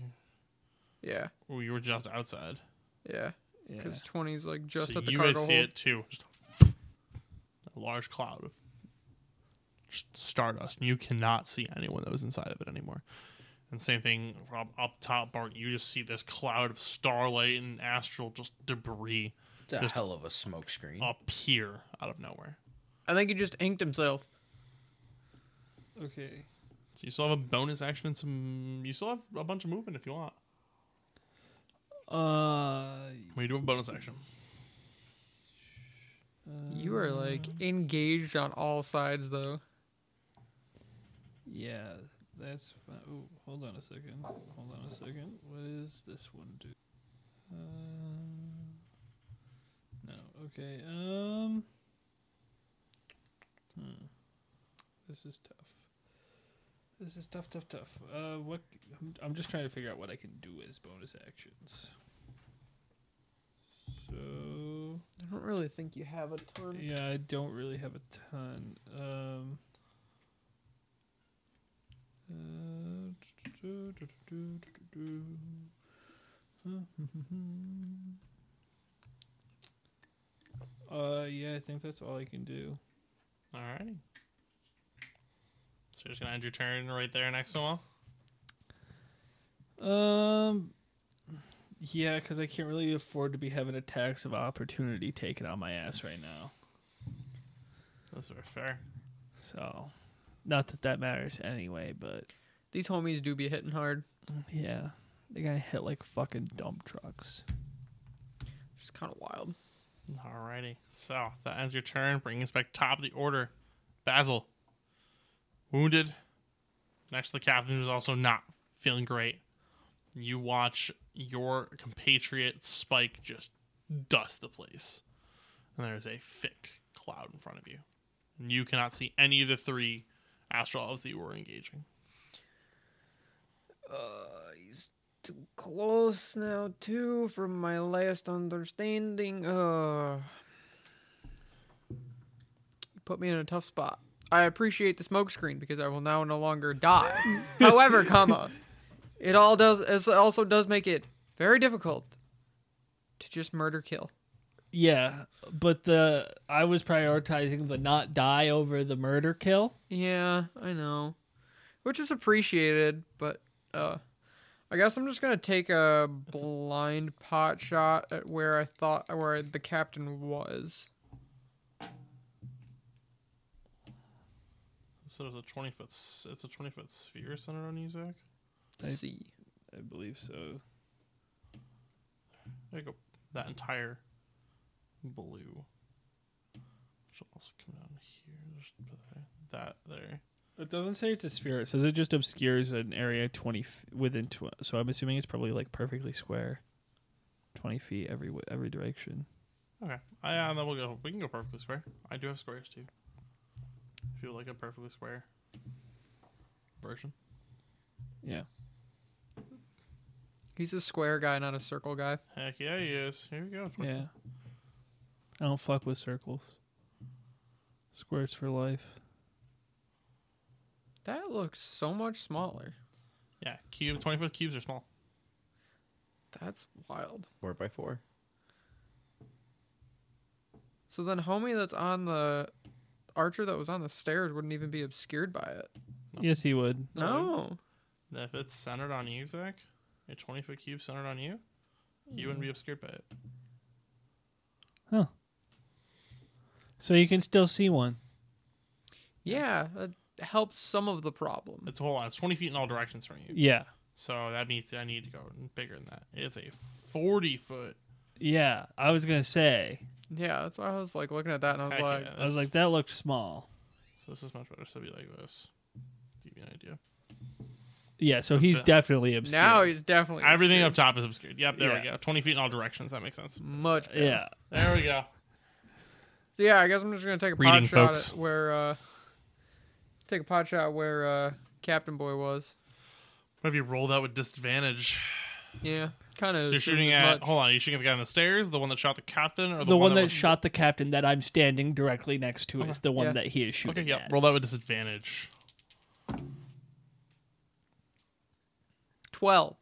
S3: Yeah,
S1: Oh, you were just outside.
S3: yeah.
S5: Yeah.
S3: Because twenty's like just
S1: so
S3: at the
S1: you
S3: cargo
S1: guys
S3: hold.
S1: see it too. Just a large cloud of just stardust, and you cannot see anyone that was inside of it anymore. And same thing from up top, Bart. You just see this cloud of starlight and astral just debris
S2: It's a
S1: Just- Oh.
S2: hell of a smoke screen.
S1: appear out of nowhere.
S3: I think he just inked himself.
S5: Okay.
S1: So you still have a bonus action and some. You still have a bunch of movement if you want.
S5: Uh,
S1: We do have a bonus action.
S3: You are like engaged on all sides, though.
S5: yeah, that's fine. Ooh, hold on a second. Hold on a second. What is this one do? Uh, no. Okay. Um. hmm. This is tough. This is tough, tough, tough. Uh, what? I'm, I'm just trying to figure out what I can do as bonus actions. So
S3: I don't really think you have a ton.
S5: yeah, I don't really have a ton. Um. uh, Uh, yeah, I think that's all I can do.
S1: All right. So you're just gonna end your turn right there next to him.
S5: Um, yeah, because I can't really afford to be having a tax of opportunity taken on my ass right now.
S1: Those are fair.
S5: So, not that that matters anyway, but
S3: These homies do be hitting hard.
S5: yeah, they got hit like fucking dump trucks.
S3: It's kind of wild.
S1: Alrighty. So that ends your turn, bringing us back top of the order. Basil, wounded, next to the captain, who's also not feeling great. You watch your compatriot Spike just dust the place, and there is a thick cloud in front of you. And you cannot see any of the three astral elves that you were engaging.
S3: Too close now, too, from my last understanding. Uh, you put me in a tough spot. I appreciate the smoke screen because I will now no longer die. However, comma, it all does it also does make it very difficult to just murder kill.
S5: Yeah, but the I was prioritizing the not die over the murder kill.
S3: Yeah, I know. Which is appreciated, but uh I guess I'm just gonna take a blind pot shot at where I thought where the captain was.
S1: So there's a twenty foot. s- It's a twenty foot sphere centered on you, Zach.
S5: I-
S3: See.
S5: I believe so.
S1: There you go. That entire blue. Which will also come down here. Just put that- that there.
S5: It doesn't say it's a sphere. It says it just obscures an area twenty f- within. Tw- so I'm assuming it's probably like perfectly square, twenty feet every w- every direction.
S1: Okay. I, uh, then we'll go. We can go perfectly square. I do have squares too. If you would like a perfectly square version.
S5: Yeah.
S3: He's a square guy, not a circle guy.
S1: Heck yeah, he is. Here we go.
S5: Yeah. I don't fuck with circles. Squares for life.
S3: That looks so much smaller.
S1: Yeah. Cube. Twenty foot cubes are small.
S3: That's wild.
S2: Four by four.
S3: So then homie that's on the archer that was on the stairs wouldn't even be obscured by it.
S5: Yes, he would.
S3: No.
S1: Then If it's centered on you, Zach, a twenty foot cube centered on you, you wouldn't be obscured by it.
S5: So you can still see one.
S3: Yeah, that helps some of the problem.
S1: It's a whole lot. It's twenty feet in all directions from you.
S5: Yeah.
S1: So that means I need to go bigger than that. It's a 40 foot.
S5: Yeah. I was gonna say.
S3: Yeah, that's why I was like looking at that and I was
S1: Heck
S3: like,
S1: yeah,
S5: I was
S1: this-
S5: like, that looked small.
S1: this is much better. So be like this. Give you an idea.
S5: Yeah. So he's
S1: the-
S5: definitely obscured.
S3: now he's definitely
S1: Everything
S3: obscured.
S1: up top is obscured. Yep, there we
S5: Yeah.
S1: go. 20 feet in all directions. That makes sense.
S3: much better.
S5: Yeah.
S1: There we go.
S3: So yeah, I guess I'm just gonna take a pot
S1: Reading,
S3: shot
S1: folks.
S3: at where uh take a pot shot where uh Captain Boy was.
S1: What if you roll that with disadvantage?
S3: Yeah.
S1: So
S3: Kinda
S1: you're
S3: assumed
S1: shooting
S3: as
S1: at.
S3: much.
S1: Hold on. Are you shooting at the guy on the stairs, the one that shot the captain, or the,
S5: The, one, that
S1: was-
S5: shot the captain that I'm standing directly next to is the one
S3: Yeah.
S5: that he is shooting
S1: Okay, yeah.
S5: at.
S1: Roll that with disadvantage.
S3: twelve.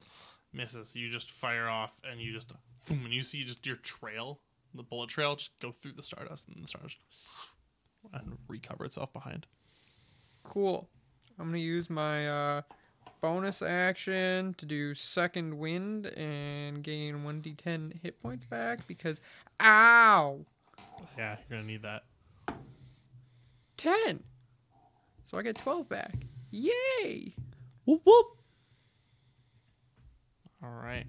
S1: Misses. You just fire off, and you just. boom, And you see just your trail, the bullet trail, just go through the stardust, and the stardust. And recover itself behind.
S3: Cool. I'm gonna use my uh bonus action to do second wind and gain one D ten hit points back because ow
S1: Yeah, you're gonna need that.
S3: ten. So I get twelve back. Yay!
S5: Whoop whoop.
S1: All right.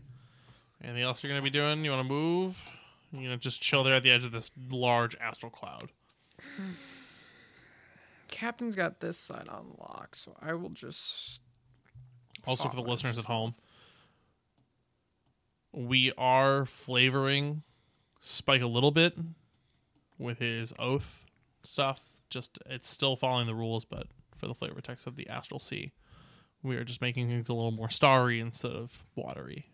S1: Anything else you're going to be doing? You want to move? You know, just chill there at the edge of this large astral cloud.
S3: Captain's got this side on lock, so I will just
S1: Also, for the
S3: Fuck
S1: listeners at home, we are flavoring Spike a little bit with his oath stuff. Just it's still following the rules, but for the flavor text of the astral sea, we are just making things a little more starry instead of watery.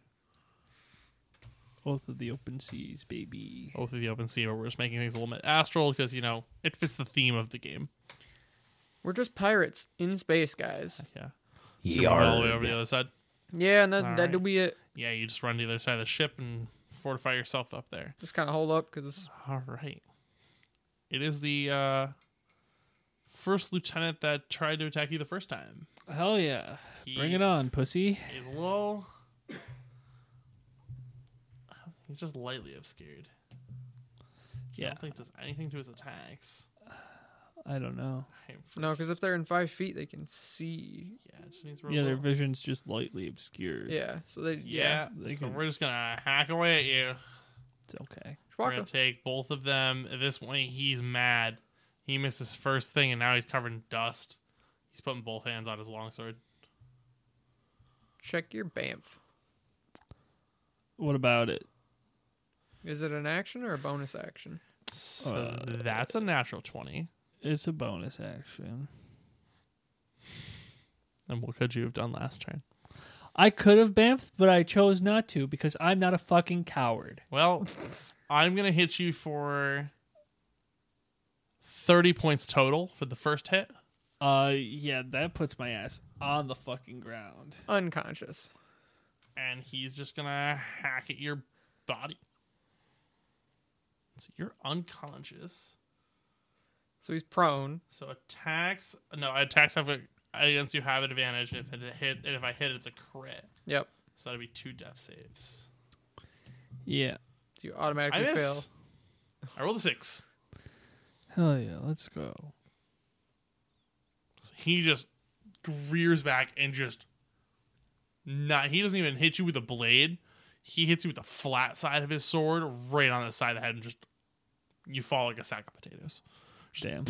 S5: Both of the open seas, baby.
S1: Oath of the open sea, but we're just making things a little bit astral because you know it fits the theme of the game.
S3: We're just pirates in space, guys.
S1: Yeah, So you're moving all the way over the other side.
S3: Yeah, and that, uh,
S1: All
S3: that'll
S1: right.
S3: be it.
S1: Yeah, you just run to the other side of the ship and fortify yourself up there.
S3: Just kind of hold up because
S1: All right. It is the uh, first lieutenant that tried to attack you the first time.
S5: Hell yeah. Bring
S1: He
S5: it on, pussy.
S1: Is a little. He's just lightly obscured. I
S5: Yeah.
S1: don't think does anything to his attacks.
S5: I don't know.
S1: Right, for-
S3: no, because if they're in five feet, they can see.
S1: Yeah, it just needs to roll
S5: Yeah, their
S1: low.
S5: vision's just lightly obscured.
S3: Yeah, so they
S1: Yeah,
S3: yeah.
S5: they
S1: so
S5: can-
S1: we're just gonna hack away at you.
S5: It's okay.
S1: We're gonna
S3: Chewbacca.
S1: take both of them. At this point, he's mad. He missed his first thing, and now he's covered in dust. He's putting both hands on his longsword.
S3: Check your bamf.
S5: What about it?
S3: Is it an action or a bonus action?
S1: So
S5: Uh,
S1: that's a natural twenty.
S5: It's a bonus action.
S1: And what could you have done last turn?
S5: I could have bamfed, but I chose not to because I'm not a fucking coward.
S1: Well, I'm gonna hit you for thirty points total for the first hit.
S5: Uh, yeah, that puts my ass on the fucking ground.
S3: Unconscious.
S1: and he's just gonna hack at your body. So you're unconscious.
S3: So he's prone.
S1: So attacks no attacks have a against you have advantage if it hit and if I hit it's a crit.
S3: Yep.
S1: So that'd be two death saves.
S5: Yeah.
S3: So you
S1: I
S3: automatically
S1: miss.
S3: fail.
S1: I rolled a six.
S5: Hell yeah, let's go.
S1: So he just rears back and just not he doesn't even hit you with a blade. He hits you with the flat side of his sword right on the side of the head and just you fall like a sack of potatoes.
S5: Damn.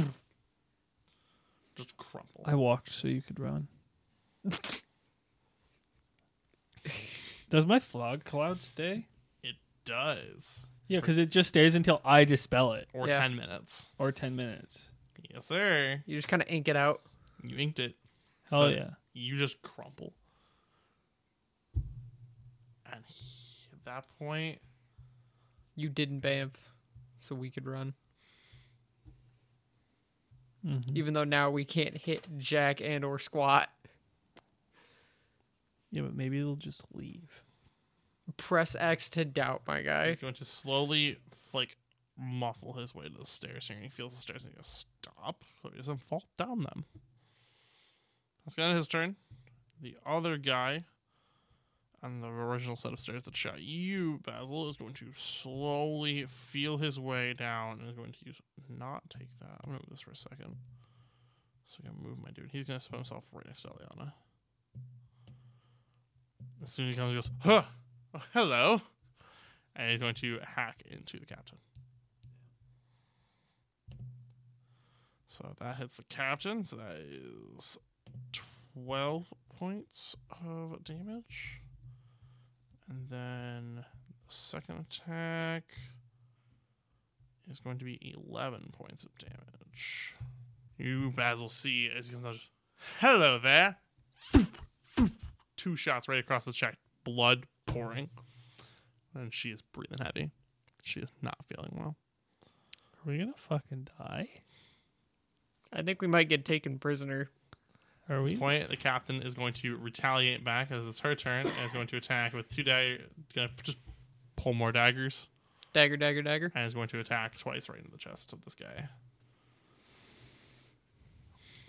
S1: Just crumple.
S5: I walked so you could run. Does my fog cloud stay?
S1: It does.
S5: Yeah, because it just stays until I dispel it
S1: Or
S3: Yeah.
S1: 10 minutes.
S5: or 10 minutes.
S1: Yes, sir.
S3: You just kind of ink it out.
S1: You inked it.
S5: Hell
S1: So
S5: yeah.
S1: You just crumple. And he- at that point,
S3: You didn't bamf, so we could run.
S5: Mm-hmm.
S3: Even though now we can't hit jack and or squat.
S5: Yeah, but maybe it'll just leave.
S3: Press X to doubt, my guy.
S1: he's going to slowly, like, muffle his way to the stairs here. He feels the stairs and he's going to stop so he doesn't fall down them. That's kind of his turn. The other guy on the original set of stairs that shot you, Basil, is going to slowly feel his way down and is going to use not take that. I'm gonna move this for a second. So I'm gonna move my dude. He's gonna put himself right next to Eliana. As soon as he comes, he goes, Huh! Oh, hello! And he's going to hack into the captain. So that hits the captain. So that is 12 points of damage. And then the second attack is going to be 11 points of damage. You, Basil, see as he comes out. just, Hello there! Two shots right across the check, blood pouring. And she is breathing heavy. She is not feeling well.
S5: Are we going to fucking die?
S3: I think we might get taken prisoner.
S5: Are
S1: At
S5: we?
S1: this point, the captain is going to retaliate back as it's her turn and is going to attack with two dagger. Going to just pull more daggers
S3: Dagger, dagger, dagger.
S1: and is going to attack twice right into the chest of this guy.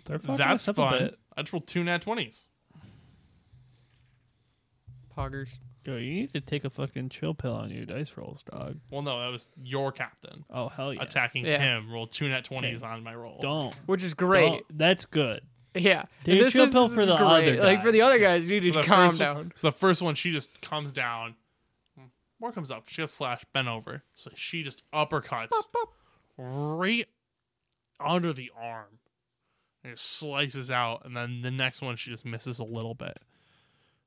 S5: They're fucking
S1: That's
S5: us up a
S1: fun.
S5: bit.
S1: I just rolled two nat twenties.
S3: Poggers.
S5: Yo, you need to take a fucking chill pill on your dice rolls, dog.
S1: Well, no, that was your captain
S5: Oh, hell yeah.
S1: attacking
S3: Yeah.
S1: him. Rolled two nat twenties on my roll.
S5: Don't.
S3: Which is great.
S5: Don't. That's good.
S3: Yeah.
S5: Dude,
S3: And this
S5: chill
S3: is,
S5: pill
S3: this
S5: for
S3: is
S5: the
S3: great.
S5: other
S3: Like for the
S5: guys.
S3: other guys, you need
S1: the
S3: to calm
S1: first one-
S3: down.
S1: so the first one, she just comes down. More comes up. She gets slashed, bent over. So she just uppercuts right under the arm. And it slices out. And then the next one, she just misses a little bit.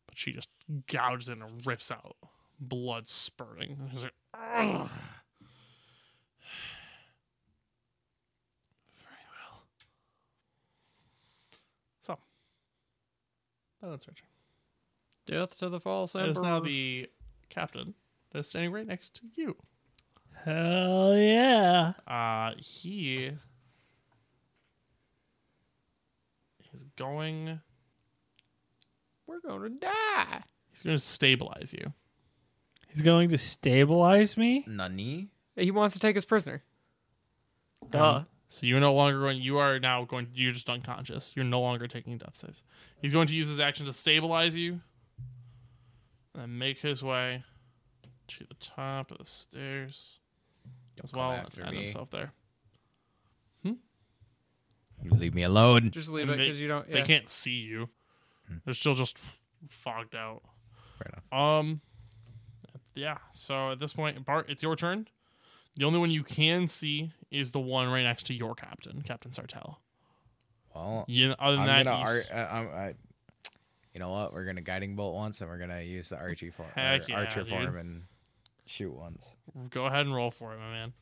S1: But she just gouges in and rips out. Blood spurting. And she's like, "Ugh." Then it's Richard.
S3: Death to the false
S1: It is now
S3: emperor.
S1: the captain that is standing right next to you.
S5: Hell yeah.
S1: Uh, he is going.
S3: We're going to die.
S1: He's going to stabilize you.
S5: He's going to stabilize me?
S2: Nani?
S3: He wants to take us prisoner. Duh.
S1: Um, So you're no longer going. You are now going. You're just unconscious. You're no longer taking death saves. He's going to use his action to stabilize you, and then make his way to the top of the stairs
S2: Don't
S1: as
S2: come
S1: well, and
S2: after
S1: end
S2: me.
S1: himself there.
S2: You leave me alone.
S3: Just leave
S1: And
S3: it
S1: they-
S3: because you don't.
S1: They
S3: yeah.
S1: can't see you.
S2: Hmm.
S1: They're still just f- fogged out.
S2: Fair enough.
S1: Um, yeah. So at this point, Bart, it's your turn. The only one you can see is the one right next to your captain, Captain Sartell.
S2: Well,
S1: Yeah. Other than that,
S2: I'm gonna
S1: you
S2: ar-
S1: s-
S2: uh, I'm, I, you know what? We're gonna guiding bolt once, and we're gonna use the archery for or
S1: Heck yeah,
S2: archer
S1: dude.
S2: form and shoot once.
S1: go ahead and roll for it, my man.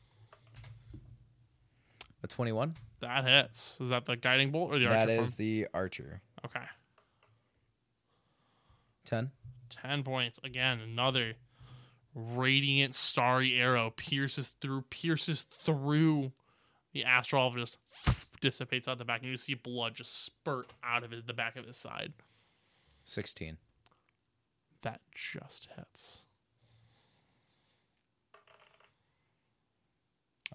S2: A twenty-one.
S1: That hits. Is that the guiding bolt or the
S2: That
S1: archer?
S2: is the archer.
S1: form? okay.
S2: Ten.
S1: Ten points again. Another radiant starry arrow pierces through, pierces through the astral, just dissipates out the back, and you see blood just spurt out of his, the back of his side.
S2: Sixteen.
S1: That just hits.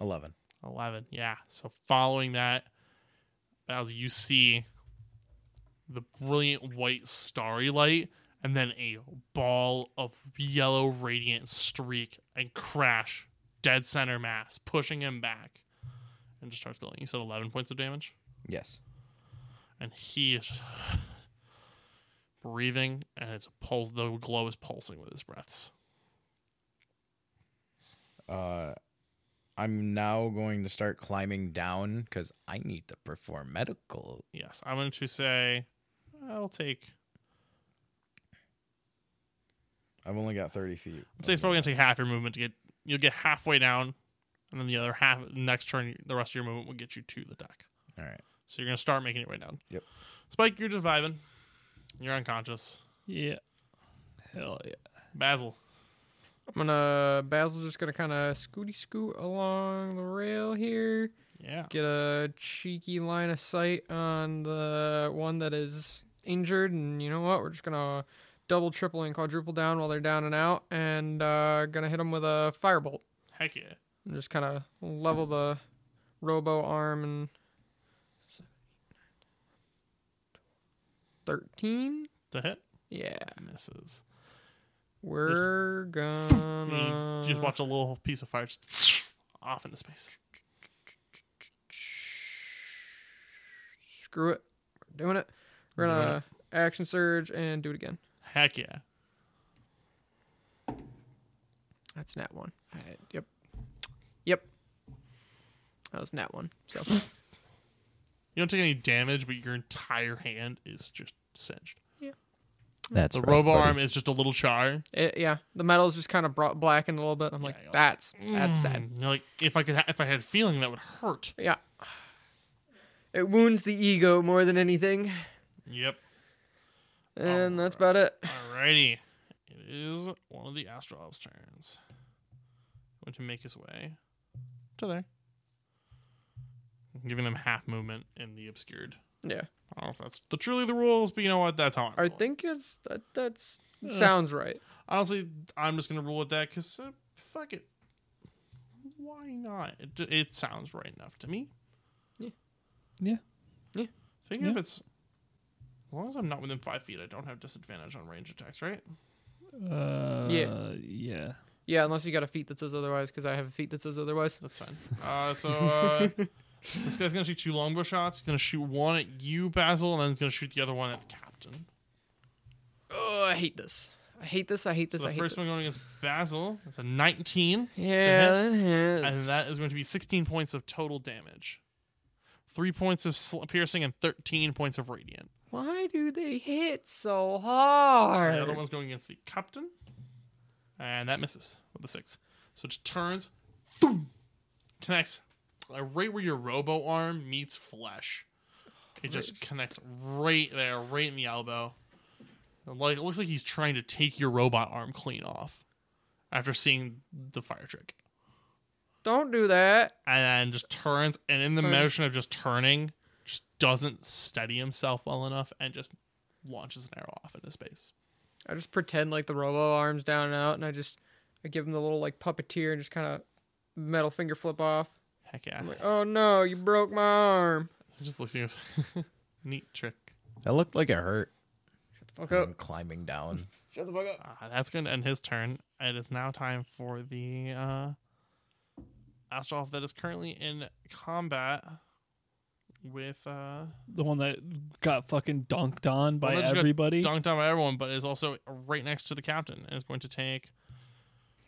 S2: Eleven.
S1: 11. Yeah. So following that, as you see the brilliant white starry light and then a ball of yellow radiant streak and crash dead center mass, pushing him back and just starts building. You said 11 points of damage?
S2: Yes.
S1: and he is just breathing, and it's pulse. The glow is pulsing with his breaths.
S2: Uh, I'm now going to start climbing down because I need to perform medical.
S1: Yes, I'm going to say, I'll take.
S2: I've only got thirty feet.
S1: I'm saying it's probably going to take half your movement to get. You'll get halfway down, and then the other half next turn, the rest of your movement will get you to the deck.
S2: All right.
S1: So you're going to start making it way down.
S2: Yep.
S1: Spike, you're just vibing. You're unconscious.
S5: Yeah. Hell yeah.
S1: Basil,
S3: I'm gonna. Basil's just gonna kind of scooty scoot along the rail here.
S1: yeah,
S3: Get a cheeky line of sight on the one that is injured, and you know what? We're just gonna double, triple, and quadruple down while they're down and out, and uh, gonna hit them with a firebolt.
S1: heck yeah,
S3: And just kind of level the robo arm and. 13?
S1: to hit
S3: Yeah.
S1: misses.
S3: We're
S1: And
S3: gonna.
S1: you just watch a little piece of fire just off into space.
S3: Screw it. We're doing it. We're
S1: Doing
S3: gonna action surge and do it again.
S1: Heck yeah.
S3: That's nat one. Alright, Yep. Yep. That was nat one. So
S1: You don't take any damage, but your entire hand is just singed.
S2: That's
S1: the robo arm is just a little char.
S3: it, yeah, the metal's just kind of brought blackened a little bit. I'm like,
S1: you're like,
S3: that's that's sad.
S1: Mm. You're like, if I could, ha- if I had feeling, that would hurt.
S3: Yeah. It wounds the ego more than anything,
S1: Yep.
S3: and that's about it.
S1: Alrighty. It is one of the Astrolab's turns. Going to make his way to there, giving them half movement in the obscured.
S3: Yeah,
S1: I don't know if that's the truly the rules, but you know what? That's how I'm.
S3: I
S1: rolling.
S3: think it's that. That's sounds right.
S1: honestly, I'm just gonna rule with that because uh, fuck it. Why not? It, j- it sounds right enough to me.
S3: Yeah.
S5: Yeah.
S3: Yeah.
S1: Thinking if
S5: Yeah.
S1: it's as long as I'm not within five feet, I don't have disadvantage on range attacks, right?
S5: Uh,
S3: Yeah.
S5: Yeah.
S3: Yeah, unless you got a feat that says otherwise, because I have a feat that says otherwise.
S1: That's fine. Uh, so uh, this guy's gonna shoot two longbow shots. He's gonna shoot one at you, Basil, and then he's gonna shoot the other one at the captain.
S3: Oh, I hate this. I hate this. I hate this.
S1: So
S3: I
S1: the
S3: hate
S1: first
S3: this.
S1: one going against Basil. That's a 19.
S3: yeah, that hits.
S1: and that is going to be 16 points of total damage, three points of sl- piercing, and 13 points of radiant.
S3: Why do they hit so
S1: The other
S3: hard?
S1: one's going against the captain, and that misses with a six. So it just turns, boom, connects uh, right where your robo arm meets flesh. It just connects right there, right in the elbow, Like it looks like he's trying to take your robot arm clean off after seeing the fire trick.
S3: Don't do that.
S1: And then just turns and in the
S3: First-
S1: motion of just turning, just doesn't steady himself well enough and just launches an arrow off into space.
S3: I just pretend like the robo arms down and out, and I just I give him the little like puppeteer and just kind of metal finger flip off.
S1: Heck yeah.
S3: I'm like, oh no, you broke my arm.
S1: He just looks at you goes, neat trick.
S2: That looked like it hurt.
S3: Fuck
S2: as I'm
S3: up.
S2: climbing down.
S1: Uh, that's going to end his turn. It is now time for the uh, Astrolf that is currently in combat with uh,
S5: The one that got fucking dunked on by
S1: that just got
S5: everybody.
S1: dunked on by everyone, but is also right next to the captain and is going to take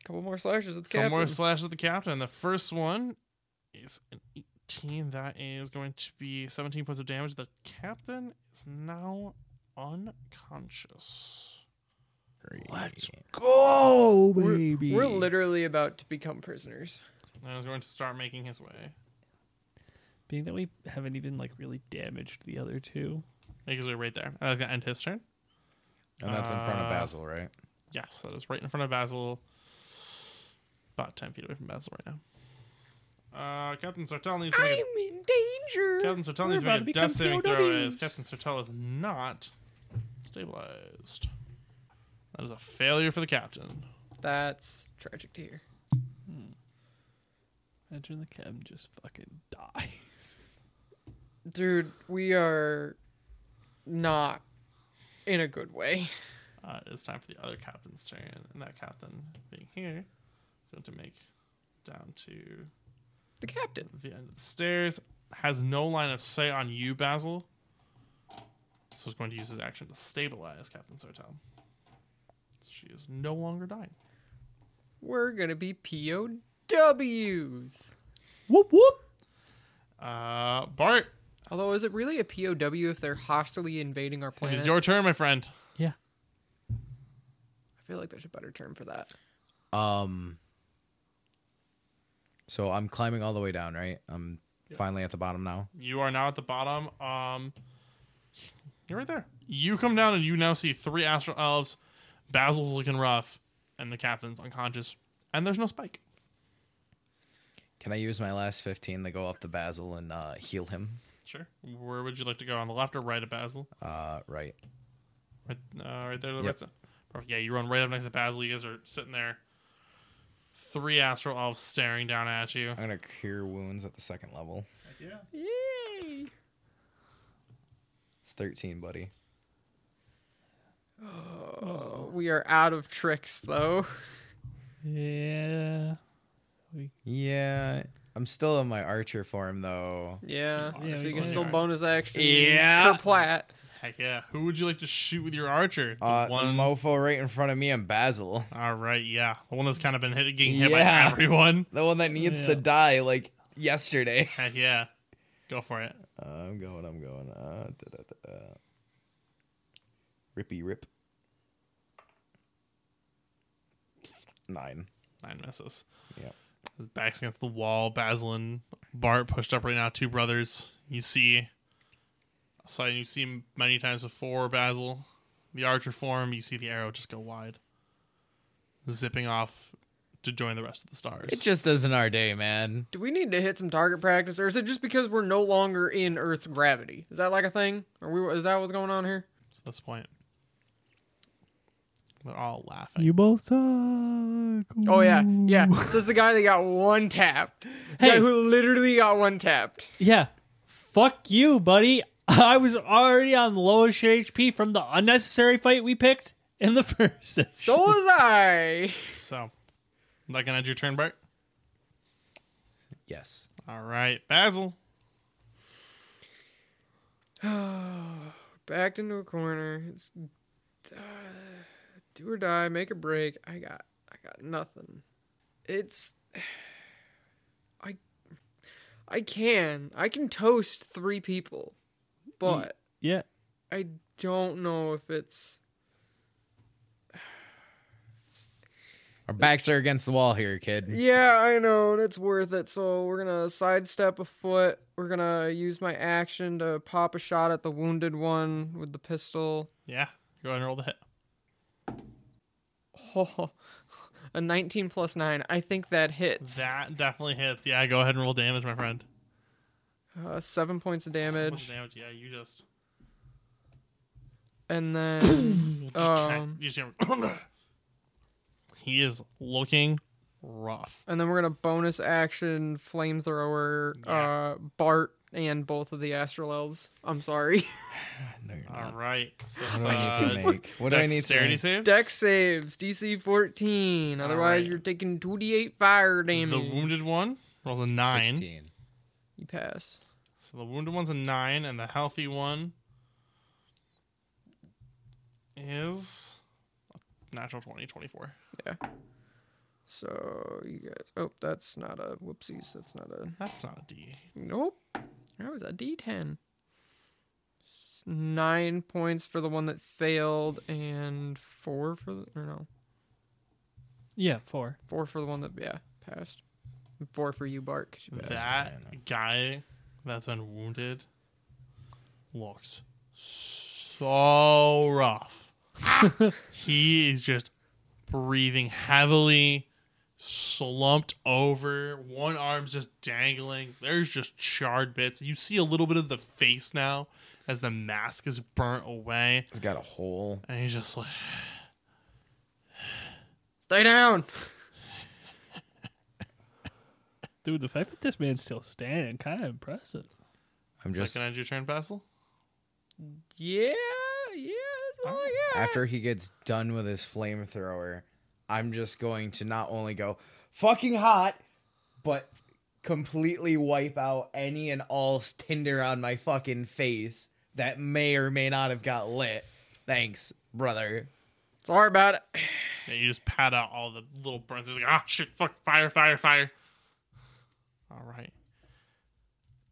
S3: Couple more slashes at the
S1: Captain.
S3: captain.
S1: more slashes at the captain. The first one is an 18. That is going to be 17 points of damage. The captain is now unconscious.
S2: Let's
S5: go,
S3: We're-
S5: baby.
S3: We're literally about to become prisoners.
S1: And is going to start making his way.
S5: Being that we haven't even like really damaged the other two.
S1: Make his way right there. And that's going to end his turn.
S2: And that's in front
S1: Uh,
S2: of Basil, right?
S1: Yes, that is right in front of Basil. About 10 feet away from Basil right now. Uh, Captain Sartell needs to make a
S3: in danger.
S1: Captain Sertel
S5: We're
S1: needs to
S5: about
S1: make
S5: to
S1: a
S5: become
S1: death saving throw
S5: POWs.
S1: as Captain Sertel is not stabilized. That is a failure for the captain.
S3: That's tragic to hear.
S5: Imagine the captain just fucking dies.
S3: Dude, we are not in a good way.
S1: Uh, it's time for the other captain's turn, and that captain being here is going to make down to
S3: The captain.
S1: the end of the stairs. Has no line of sight on you, Basil. So he's going to use his action to stabilize Captain Sertel. She is no longer dying.
S3: We're gonna be POWs.
S5: Whoop whoop.
S1: Uh, Bart,
S3: Although, is it really a POW if they're hostily invading our
S1: it
S3: planet?
S1: is your turn, my friend.
S5: Yeah.
S3: I feel like there's a better term for that.
S2: Um. So I'm climbing all the way down, right? I'm finally at the bottom now.
S1: You are now at the bottom. Um, you're right there. You come down and you now see three astral elves. Basil's looking rough, and the captain's unconscious. And there's no spike.
S2: Can I use my last 15 to go up to Basil and uh, heal him?
S1: Sure. Where would you like to go? On the left or right of Basil?
S2: Uh, right.
S1: Right, uh, right there. To the
S2: Yep.
S1: right side. Perfect. Yeah, you run right up next to Basil. You guys are sitting there. Three astral elves staring down at you.
S2: I'm gonna cure wounds at the second level.
S3: Yay!
S2: It's 13, buddy.
S3: Oh, we are out of tricks, though.
S5: Yeah.
S2: Yeah, I'm still in my archer form though.
S3: Yeah.
S5: Yeah,
S3: so
S5: we
S3: you can
S5: can.
S3: still bonus action.
S2: Yeah.
S3: Per plat.
S1: Heck yeah. Who would you like to shoot with your archer? The
S2: Uh, the mofo right in front of me and Basil,
S1: All right, yeah. The one that's kind of been hit, getting hit
S2: Yeah.
S1: by everyone.
S2: the one that needs
S5: Yeah.
S2: to die like yesterday.
S1: Heck yeah. Go for it.
S2: Uh, I'm going. I'm going. Uh, da, da, da, da. Rippy rip. Nine.
S1: Nine misses.
S2: Yep.
S1: His back's against the wall. Basil and Bart pushed up right now. Two brothers. You see a sight you've seen many times before, Basil. The archer form. You see the arrow just go wide, zipping off to join the rest of the stars.
S2: It just isn't our day, man.
S3: Do we need to hit some target practice, or is it just because we're no longer in Earth's gravity? Is that like a thing? Are we? Is that what's going on here?
S1: At this point, they're all laughing.
S5: You both suck. Ooh.
S3: Oh yeah, yeah. This is the guy that got one tapped. The guy
S5: Hey.
S3: who literally got one tapped.
S5: Yeah. Fuck you, buddy. I was already on lowish HP from the unnecessary fight we picked in the first. session.
S3: So was I.
S1: so, that gonna end your turn, Bart.
S2: Yes.
S1: All right, Basil.
S3: Backed into a corner. It's uh, do or die. Make a break. I got. I got nothing. It's. I. I can. I can toast three people, but
S5: Yeah.
S3: I don't know if it's.
S2: Our backs are against the wall here, kid.
S3: Yeah, I know, and it's worth it. So we're gonna sidestep a foot. We're gonna use my action to pop a shot at the wounded one with the pistol.
S1: Yeah, go ahead and roll the hit.
S3: Oh, a 19 plus 9. I think that hits.
S1: That definitely hits. Yeah, go ahead and roll damage, my friend.
S3: Uh, 7 points of
S1: What's
S3: damage.
S1: the damage? Yeah, you just.
S3: And then. um,
S1: you just he is looking rough.
S3: and then we're going to bonus action flamethrower uh, Bart and both of the Astral Elves. I'm sorry.
S2: No, you're
S1: All
S2: not.
S1: right. So,
S2: What do I need to
S1: uh,
S2: make? What do I need to
S1: dexterity
S2: make?
S1: saves?
S3: Dex saves, DC 14. Otherwise,
S1: right.
S3: you're taking 2d8 fire damage.
S1: The wounded one rolls a nine.
S2: 16.
S3: You pass.
S1: So the wounded one's a nine, and the healthy one is natural 20, 24.
S3: So you guys. Oh, that's not a. Whoopsies. That's not a.
S1: That's not a D.
S3: Nope. That was a D10. S- Nine points for the one that failed, and four for the. Or no.
S5: Yeah, four.
S3: Four for the one that. Yeah, passed. And Four for you, Bart, 'cause you passed.
S1: that
S2: I
S1: guy that's been wounded looks so rough. he is just breathing heavily, slumped over, one arm's just dangling. There's just charred bits. You see a little bit of the face now as the mask is burnt away.
S2: It's got a hole.
S1: And he's just like,
S3: Stay down!
S5: Dude, the fact that this man's still standing, kind of impressive.
S2: I'm
S1: Just,
S2: just
S1: can I do your turn, Basil?
S3: Yeah, yeah, that's all I got.
S2: after he gets done with his flamethrower, I'm just going to not only go fucking hot, but completely wipe out any and all tinder on my fucking face that may or may not have got lit. Thanks, brother.
S3: Sorry about it.
S1: Yeah, you just pat out all the little burns. It's like, ah, shit, fuck, fire, fire, fire. All right.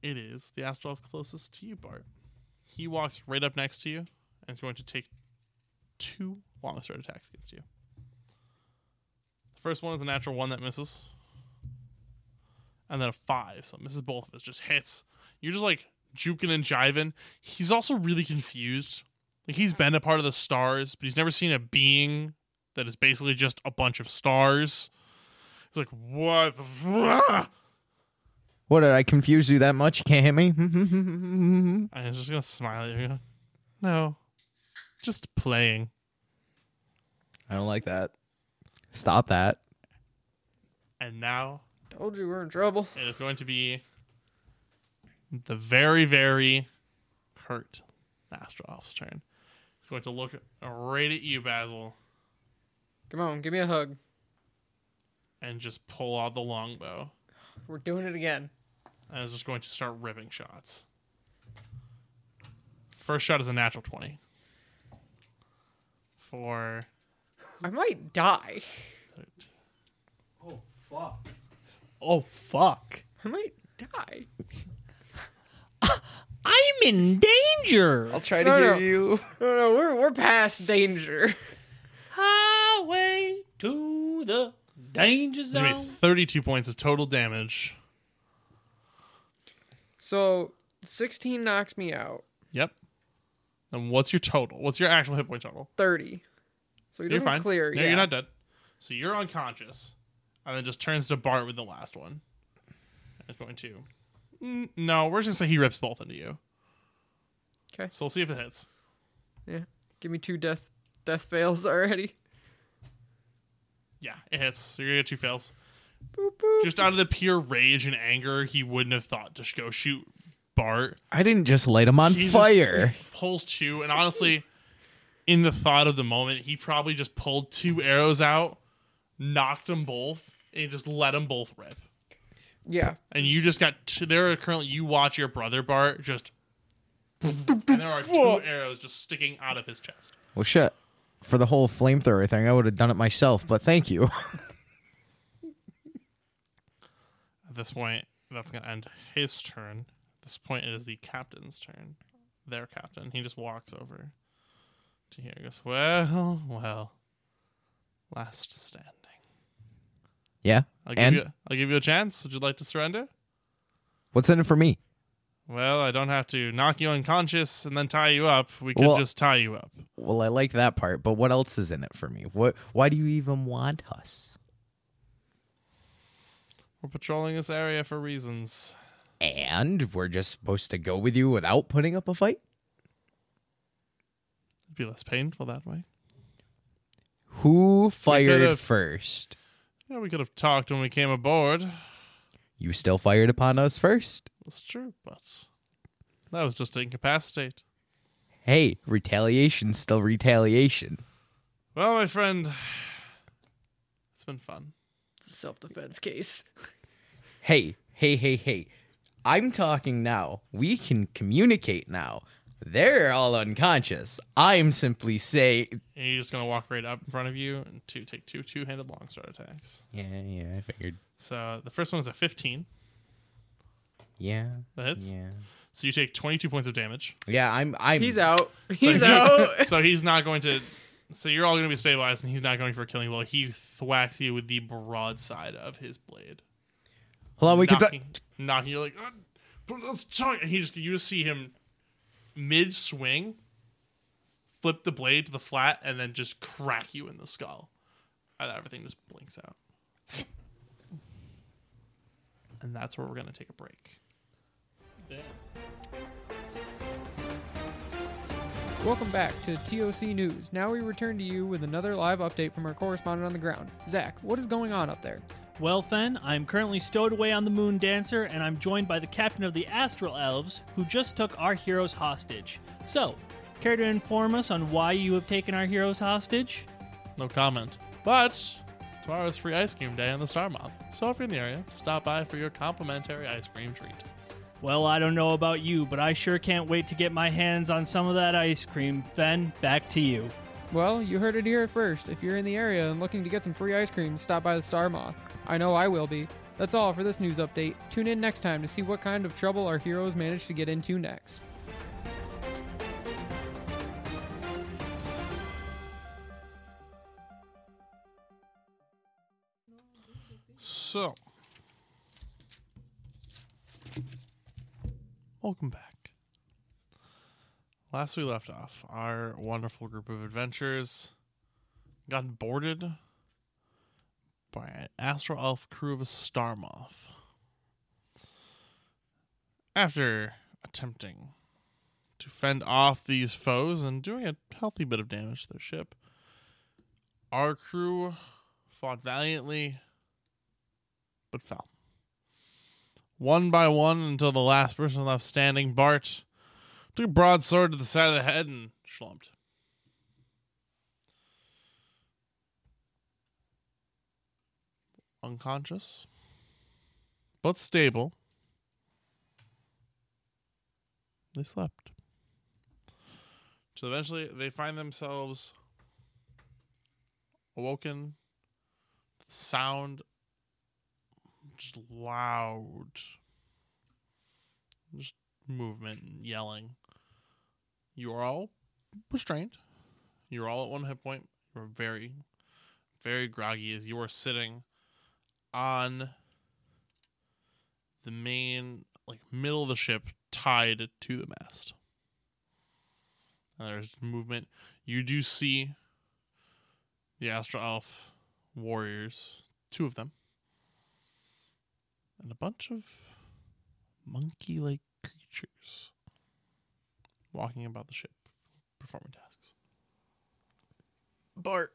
S1: It is the Astrolf closest to you, Bart. He walks right up next to you and is going to take two long sword attacks against you. The first one is a natural one that misses, and then a five, so it misses both of us. Just hits. You're just like juking and jiving. He's also really confused. Like he's been a part of the stars, but he's never seen a being that is basically just a bunch of stars. He's like, what? the f-
S2: What did I confuse you that much? You can't hit me?
S1: And he's just gonna smile at you. No, just playing.
S2: I don't like that. Stop that.
S1: And now
S3: Told you we're in trouble.
S1: it is going to be the very, very hurt Astroff's turn. He's going to look right at you, Basil,
S3: Come on, give me a hug.
S1: and just pull out the longbow.
S3: We're doing it again.
S1: And is just going to start ripping shots. First shot is a natural 20. For
S3: I might die.
S5: Oh, fuck. Oh, fuck.
S3: I might die.
S4: I'm in danger.
S2: I'll try
S3: No,
S2: to hear
S3: no.
S2: you.
S3: No, no, we're we're past danger.
S4: Highway to the danger
S1: You made
S4: zone.
S1: 32 points of total damage.
S3: So sixteen knocks me out.
S1: Yep. And what's your total? What's your actual hit point total?
S3: Thirty. So he
S1: You're
S3: doesn't
S1: fine.
S3: clear.
S1: No,
S3: yeah,
S1: you're not dead. So you're unconscious, and then just turns to Bart with the last one. And it's going to. Mm, No, we're just gonna say he rips both into you.
S3: 'Kay.
S1: So we'll see if it hits.
S3: Yeah. Give me two death death fails already.
S1: Yeah, it hits. So you're gonna get two fails.
S3: Boop, boop.
S1: Just out of the pure rage and anger, he wouldn't have thought to sh- go shoot Bart.
S2: I didn't just light him on
S1: He just-
S2: fire.
S1: pulls two, and honestly, in the thought of the moment, he probably just pulled two arrows out, knocked them both, and just let them both rip.
S3: Yeah.
S1: And you just got two, there are currently you watch your brother Bart just, and there are two arrows just sticking out of his chest.
S2: Well, shit. For the whole flamethrower thing, I would have done it myself, but thank you.
S1: At this point, that's gonna end his turn. At this point, it is the captain's turn. Their captain. He just walks over to here. He goes, well, well, last standing.
S2: yeah.
S1: I'll give
S2: And-
S1: you. I'll give you a chance. Would you like to surrender?
S2: What's in it for me?
S1: Well, I don't have to knock you unconscious and then tie you up. We could
S2: Well-
S1: just tie you up.
S2: Well, I like that part, but what else is in it for me? What? Why do you even want us?
S1: We're patrolling this area for reasons.
S2: And we're just supposed to go with you without putting up a fight?
S1: It'd be less painful that way.
S2: Who fired
S1: could've-
S2: first?
S1: Yeah, we could have talked when we came aboard.
S2: You still fired upon us first.
S1: That's true, but that was just to incapacitate.
S2: Hey, retaliation's still retaliation.
S1: Well, my friend, it's been fun.
S7: It's a self defense case.
S2: Hey, hey, hey, hey. I'm talking now. We can communicate now. They're all unconscious. I'm simply say
S1: And you're just gonna walk right up in front of you and two take two two-handed longsword attacks.
S2: Yeah, yeah, I figured.
S1: So the first one is a 15.
S2: Yeah.
S1: That hits.
S2: Yeah.
S1: So you take 22 points of damage.
S2: Yeah, I'm I'm
S3: He's out.
S1: So
S3: He's
S1: he-
S3: out.
S1: so he's not going to. So you're all going to be stabilized, and he's not going for a killing blow. He thwacks you with the broadside of his blade.
S2: Hold on, we can
S1: knocking,
S2: talk.
S1: knocking you like, "Ah, but let's talk. And he just you just see him mid swing, flip the blade to the flat, and then just crack you in the skull. And everything just blinks out. And that's where we're going to take a break.
S3: Welcome back to TOC News. Now we return to you with another live update from our correspondent on the ground. Zach, what is going on up there?
S4: Well, Fen, I'm currently stowed away on the Moon Dancer, and I'm joined by the captain of the Astral Elves, who just took our heroes hostage. So, care to inform us on why you have taken our heroes hostage?
S1: No comment. But tomorrow's free ice cream day on the Star Moth. So if you're in the area, stop by for your complimentary ice cream treat.
S4: Well, I don't know about you, but I sure can't wait to get my hands on some of that ice cream. Fen, back to you.
S3: Well, you heard it here at first. If you're in the area and looking to get some free ice cream, stop by the Star Moth. I know I will be. That's all for this news update. Tune in next time to see what kind of trouble our heroes manage to get into next.
S1: So, welcome back. Last we left off, our wonderful group of adventurers got boarded by an astral elf crew of a star moth. After attempting to fend off these foes and doing a healthy bit of damage to their ship, our crew fought valiantly but fell. One by one until the last person left standing, Bart took a broadsword to the side of the head and slumped. Unconscious, but stable, they slept. So eventually they find themselves awoken to the sound just loud just movement and yelling you are all restrained you're all at one hit point you're very very groggy as you are sitting on the main like middle of the ship tied to the mast and there's movement you do see the astral elf warriors two of them and a bunch of monkey like creatures walking about the ship performing tasks.
S7: Bart,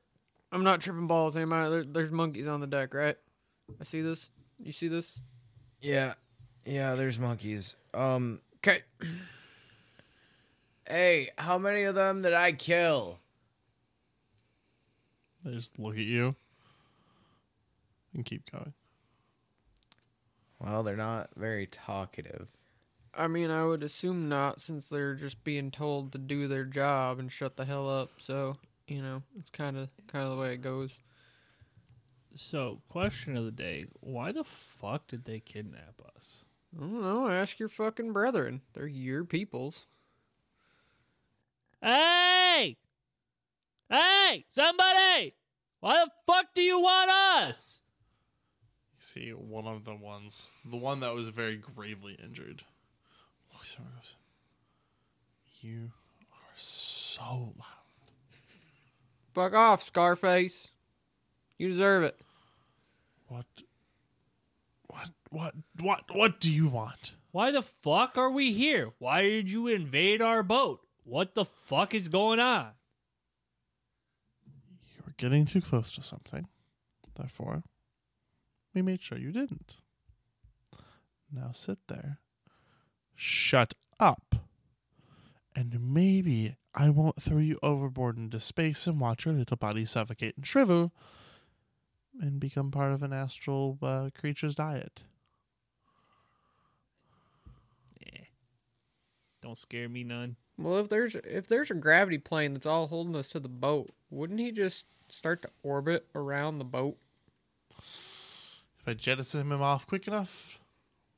S7: I'm not tripping balls, am I? There, there's monkeys on the deck, right? I see this. You see this?
S2: Yeah. Yeah, there's monkeys. Um
S7: Okay.
S2: hey, how many of them did I kill?
S1: They just look at you and keep going.
S2: Well, they're not very talkative.
S7: I mean, I would assume not, since they're just being told to do their job and shut the hell up. So you know, it's kind of kind of the way it goes.
S5: So, question of the day why the fuck did they kidnap us?
S7: I don't know. Ask your fucking brethren. They're your peoples.
S4: Hey! Hey! Somebody! Why the fuck do you want us?
S1: You see one of the ones, the one that was very gravely injured, Holy Spirit goes, You are so loud.
S3: Fuck off, Scarface. You deserve it.
S1: What? What? What? What? What do you want?
S5: Why the fuck are we here? Why did you invade our boat? What the fuck is going on?
S1: You were getting too close to something. Therefore, we made sure you didn't. Now sit there, shut up, and maybe I won't throw you overboard into space and watch your little body suffocate and shrivel and become part of an astral uh, creature's diet.
S5: Don't scare me none.
S3: Well, if there's if there's a gravity plane that's all holding us to the boat, wouldn't he just start to orbit around the boat?
S1: If I jettison him off quick enough,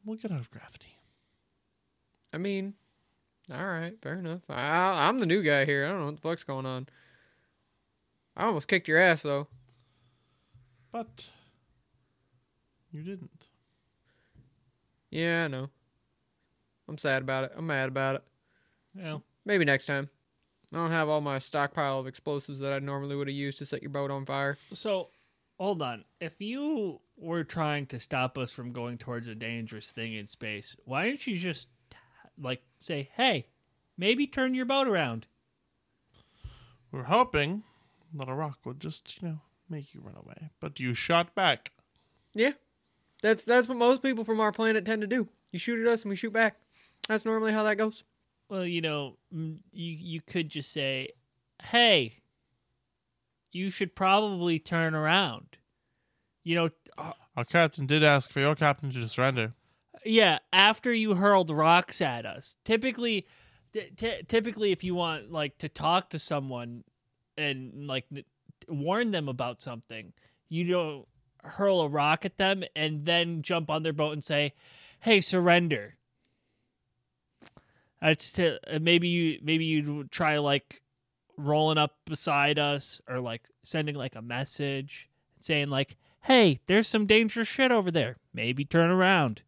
S1: we'll get out of gravity.
S3: I mean, all right, fair enough. I, I'm the new guy here. I don't know what the fuck's going on. I almost kicked your ass though.
S1: But you didn't.
S3: Yeah, I know. I'm sad about it. I'm mad about it.
S5: Well,
S3: Maybe next time. I don't have all my stockpile of explosives that I normally would have used to set your boat on fire.
S5: so hold on. If you were trying to stop us from going towards a dangerous thing in space, why didn't you just like say, "Hey, maybe turn your boat around"?
S1: We were hoping that a rock would just, you know, make you run away. But you shot back.
S3: Yeah. That's that's what most people from our planet tend to do. You shoot at us and we shoot back. That's normally how that goes.
S5: Well, you know, mm, you you could just say, "Hey, you should probably turn around." You know,
S1: Our captain did ask for your captain to surrender.
S5: Yeah, after you hurled rocks at us. Typically, t- t- typically, if you want like to talk to someone and like n- warn them about something, you don't hurl a rock at them and then jump on their boat and say, "Hey, surrender." That's to uh, maybe you maybe you'd try like rolling up beside us or like sending like a message saying like, "Hey, there's some dangerous shit over there. Maybe turn around."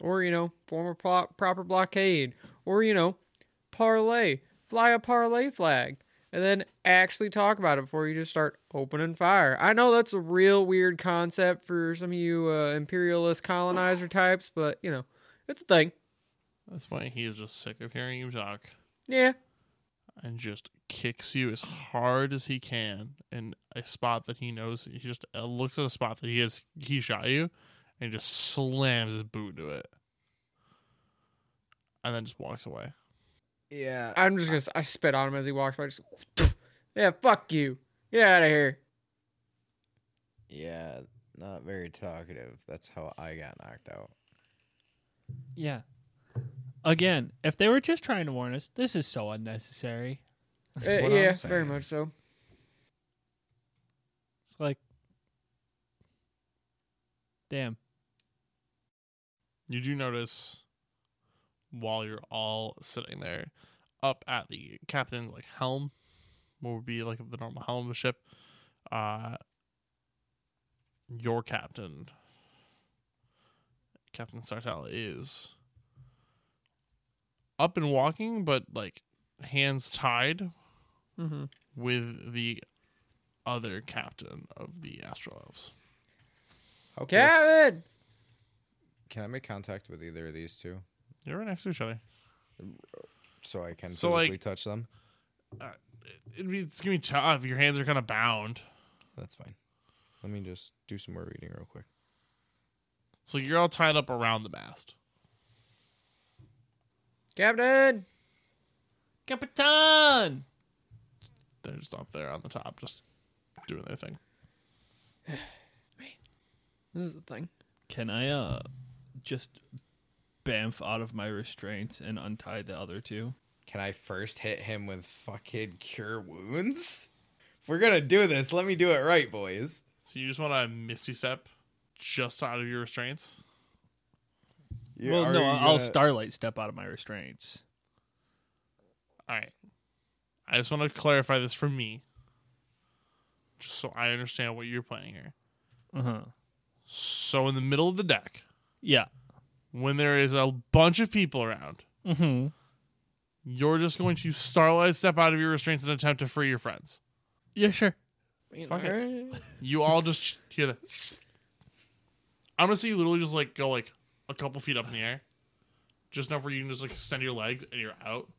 S3: Or, you know, form a pro- proper blockade. Or, you know, parlay. Fly a parlay flag. And then actually talk about it before you just start opening fire. I know that's a real weird concept for some of you uh, imperialist colonizer types, but, you know, it's a thing.
S1: That's why he is just sick of hearing you talk
S3: Yeah.
S1: and just kicks you as hard as he can in a spot that he knows. He just uh, looks at a spot that he has he shot you and just slams his boot to it. And then just walks away.
S2: Yeah.
S3: I'm just going to, I spit on him as he walks by. Just, yeah, fuck you. Get out of here.
S2: Yeah. Not very talkative. That's how I got knocked out.
S5: Yeah. Again, if they were just trying to warn us, this is so unnecessary.
S3: Uh,
S2: what I'm
S3: yeah, very
S2: saying.
S3: much so.
S5: It's like, damn.
S1: You do notice while you're all sitting there up at the captain's like helm, what would be like the normal helm of a ship, uh your captain Captain Sartell is up and walking, but like hands tied
S3: hmm
S1: with the other captain of the Astral Elves.
S2: How close-
S3: Kevin!
S2: Can I make contact with either of these two
S1: You're right next to each other.
S2: so I can
S1: So,
S2: physically
S1: like-
S2: touch them?
S1: It'd be, it's gonna be tough. Your hands are kind of bound.
S2: That's fine. Let me just do some more reading real quick.
S1: So you're all tied up around the mast.
S3: Captain!
S5: Capitan!
S1: They're just up there on the top, just doing their thing.
S3: This is the thing.
S5: Can I uh just bamf out of my restraints and untie the other two?
S2: Can I first hit him with fucking cure wounds? If we're gonna do this, let me do it right, boys.
S1: So you just want to misty step just out of your restraints.
S2: You-
S5: well,
S2: are
S5: no,
S2: you
S5: I'll
S2: gonna-
S5: starlight step out of my restraints.
S1: All right. I just want to clarify this for me, just so I understand what you're playing here.
S5: Uh huh.
S1: So in the middle of the deck,
S5: Yeah.
S1: when there is a bunch of people around,
S5: Mm-hmm.
S1: you're just going to starlight step out of your restraints and attempt to free your friends.
S5: Yeah, sure.
S1: Fuck it. You all just hear that. I'm gonna see you literally just like go like a couple feet up in the air, just enough where you can just like extend your legs and you're out.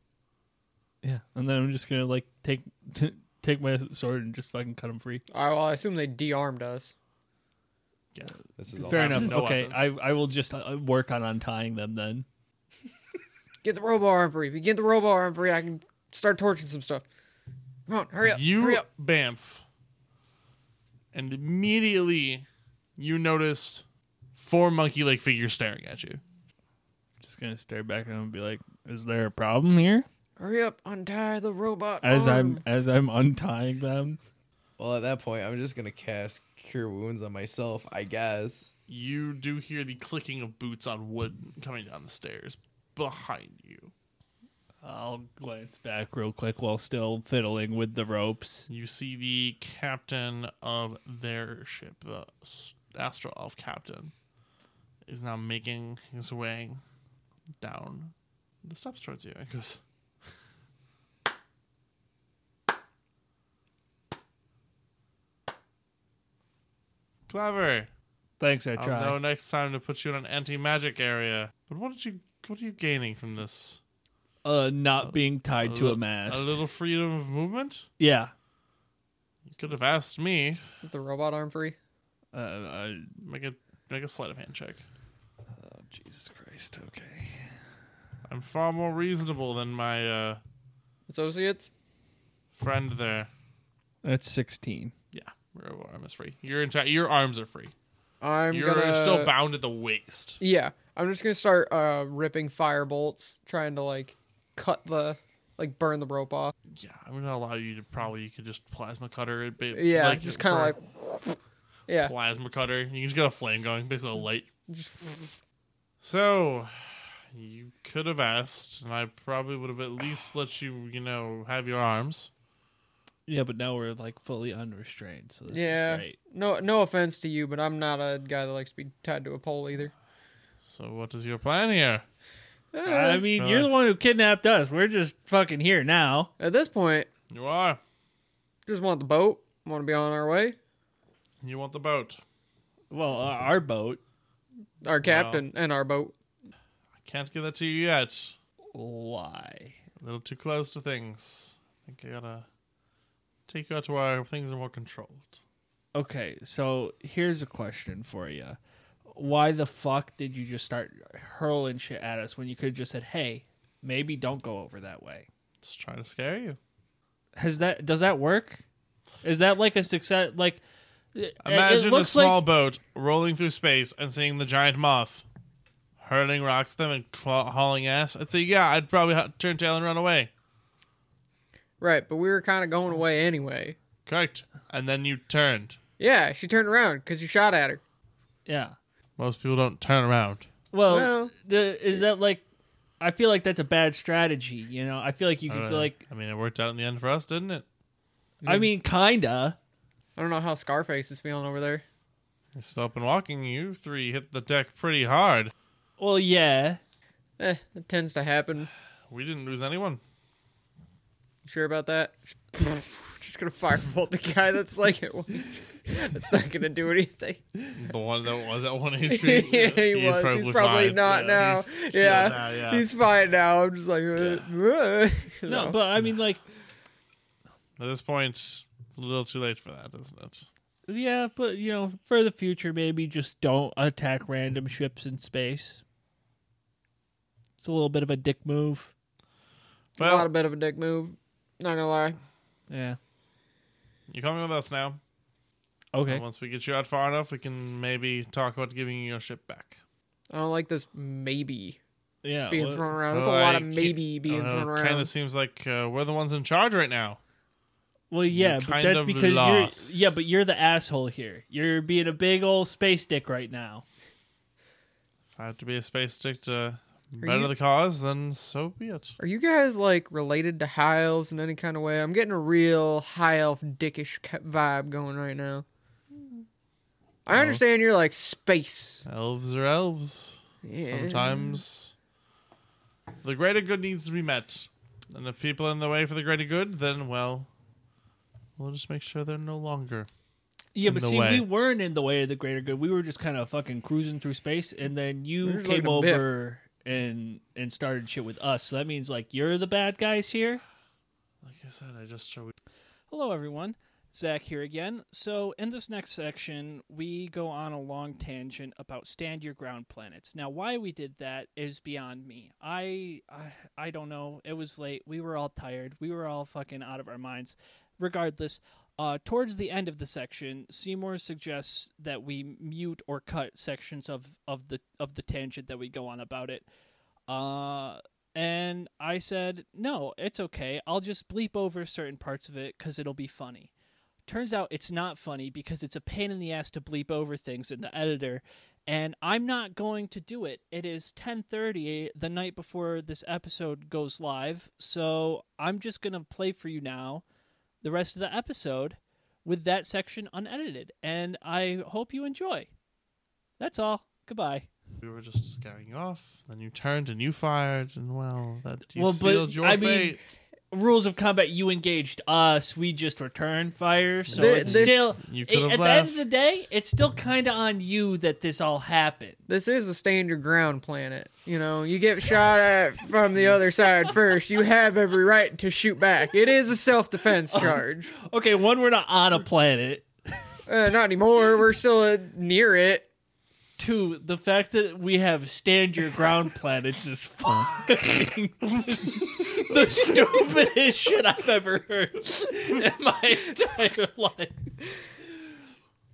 S5: Yeah, and then I'm just gonna like take t- take my sword and just fucking cut him free.
S3: All right, well, I assume they de-armed us.
S2: This is all
S5: Fair
S1: I have
S5: enough.
S1: no
S5: okay, I
S1: weapons.
S5: I will just uh, work on untying them then.
S3: Get the robo arm free. If you get the robo arm free, I can start torching some stuff. Come on, hurry up.
S1: You
S3: hurry up.
S1: bamf, and immediately you notice four monkey like figures staring at you.
S5: Just gonna stare back at him and be like, "Is there a problem here?"
S3: Hurry up. Untie the robot
S5: As
S3: arm.
S5: I'm as I'm untying them.
S2: Well, at that point, I'm just gonna cast Cure Wounds on myself, I guess.
S1: You do hear the clicking of boots on wood coming down the stairs behind you.
S5: I'll glance back real quick while still fiddling with the ropes.
S1: You see the captain of their ship, the s- astral elf captain, is now making his way down the steps towards you. And goes, clever.
S5: Thanks, I
S1: I'll
S5: try.
S1: know next time to put you in an anti-magic area. But what did you? What are you gaining from this?
S5: Uh, not being tied to
S1: li-
S5: a mast.
S1: A little freedom of movement.
S5: yeah.
S1: You could have asked me.
S3: Is the robot arm free?
S5: Uh, uh,
S1: Make a make a sleight of hand check.
S5: oh, Jesus Christ. Okay.
S1: I'm far more reasonable than my uh,
S3: Associates?
S1: friend there.
S5: That's sixteen.
S1: Yeah, your arm is free. Your entire your arms are free.
S3: I'm
S1: You're
S3: gonna
S1: still bound at the waist.
S3: Yeah, I'm just gonna start uh, ripping fire bolts, trying to like cut the, like burn the rope off.
S1: Yeah, I'm gonna allow you to probably you could just plasma cutter it. Ba-
S3: Yeah, just kind
S1: for
S3: of like, yeah,
S1: plasma cutter. You just got a flame going, basically a light. so you could have asked, and I probably would have at least let you, you know, have your arms.
S5: Yeah, but now we're like fully unrestrained, so this
S3: yeah.
S5: is great.
S3: No, no offense to you, but I'm not a guy that likes to be tied to a pole either.
S1: So what is your plan here?
S5: I mean, you're the one who kidnapped us. We're just fucking here now.
S3: At this point,
S1: You are.
S3: just want the boat, want to be on our way.
S1: You want the boat.
S5: Well, uh, our boat.
S3: Our captain and our boat.
S1: I can't give that to you yet.
S5: Why?
S1: A little too close to things. I think I gotta take you out to where things are more controlled.
S5: Okay, so here's a question for you. Why the fuck did you just start hurling shit at us when you could have just said, "Hey, maybe don't go over that way"?
S1: Just trying to scare you.
S5: Has that does that work? Is that like a success? Like, it- it
S1: Imagine a
S5: looks
S1: small
S5: like-
S1: boat rolling through space and seeing the giant moth hurling rocks at them and claw- hauling ass. I'd say, yeah, I'd probably ha- turn tail and run away.
S3: Right, but we were kind of going away anyway.
S1: Correct. And then you turned.
S3: Yeah, she turned around because you shot at her.
S5: yeah.
S1: Most people don't turn around.
S5: Well,
S3: Well-
S5: the, is that like? I feel like that's a bad strategy. You know, I feel like you could
S1: Alright.
S5: like.
S1: I mean, it worked out in the end for us, didn't it?
S5: I mean, kinda.
S3: I don't know how Scarface is feeling over there.
S1: It's still up and walking. You three hit the deck pretty hard.
S5: Well, yeah.
S3: Eh, it tends to happen.
S1: We didn't lose anyone.
S3: You sure about that? Just gonna firebolt the guy that's like it. That's not gonna do anything.
S1: The one that was at one
S3: yeah,
S1: HP.
S3: he
S1: He's
S3: was.
S1: probably
S3: he's probably
S1: fine. Yeah,
S3: not now.
S1: he's
S3: yeah.
S1: healed now, yeah.
S3: he's fine now. I'm just like, uh, you
S5: No,
S3: know.
S5: but I mean, like,
S1: At this point, it's a little too late for that, isn't it?
S5: yeah, but you know, for the future, maybe just don't attack random ships in space. It's a little bit of a dick move.
S3: a lot
S1: Well,
S3: of bit of a dick move. Not gonna lie.
S5: Yeah.
S1: you're coming with us now.
S5: Okay.
S1: And once we get you out far enough, we can maybe talk about giving you your ship back.
S3: I don't like this maybe
S5: yeah.
S3: being
S5: well, uh,
S3: thrown around. That's a lot of maybe being thrown around.
S1: Kind of Uh, seems like uh, we're the ones in charge right now.
S5: well, yeah,
S1: You
S5: but
S1: kind
S5: that's
S1: of
S5: because
S1: lost.
S5: you're yeah, but you're the asshole here. You're being a big old space dick right now.
S1: If I have to be a space stick to
S3: you-
S1: better the cause, then so be it.
S3: Are you guys like related to high elves in any kind of way? I'm getting a real high elf dickish ca- vibe going right now. I understand you're like space.
S1: Elves are elves. Sometimes the greater good needs to be met. And if people are in the way for the greater good, then, well, we'll just make sure they're no longer.
S5: Yeah,
S1: in
S5: but
S1: the
S5: see,
S1: way.
S5: we weren't in the way of the greater good. We were just kind of fucking cruising through space, and then you
S3: just
S5: came
S3: looking at Biff.
S5: over and and started shit with us. So that means like you're the bad guys here.
S1: Like I said, I just show
S5: Hello, everyone. Zach here again. So, in this next section, we go on a long tangent about stand your ground planets. Now, why we did that is beyond me. I, I, I don't know. It was late. We were all tired. We were all fucking out of our minds. Regardless, uh, towards the end of the section, Seymour suggests that we mute or cut sections of of the of the tangent that we go on about it. Uh, and I said, no, it's okay. I'll just bleep over certain parts of it because it'll be funny. Turns out it's not funny because it's a pain in the ass to bleep over things in the editor, and I'm not going to do it. It is 10:30 the night before this episode goes live, so I'm just going to play for you now the rest of the episode with that section unedited, and I hope you enjoy. That's all. Goodbye.
S1: we were just scaring off. Then you turned and you fired, and well, that you
S5: Well, but,
S1: sealed your
S5: I mean,
S1: fate.
S5: rules of combat you engaged us we just return fire so
S3: There-
S5: it's
S3: there's-
S5: still
S1: You
S5: at
S1: could've
S5: the end
S1: left.
S5: of the day it's still kind of on you that this all happened
S3: This is a stand your ground planet. You know, you get shot at from the other side first. You have every right to shoot back. It is a self defense
S5: Oh.
S3: charge.
S5: okay one we're not on a planet
S3: Uh, not anymore. We're still uh, near it.
S5: two the fact that we have stand your ground planets is fucking the stupidest shit i've ever heard in my entire life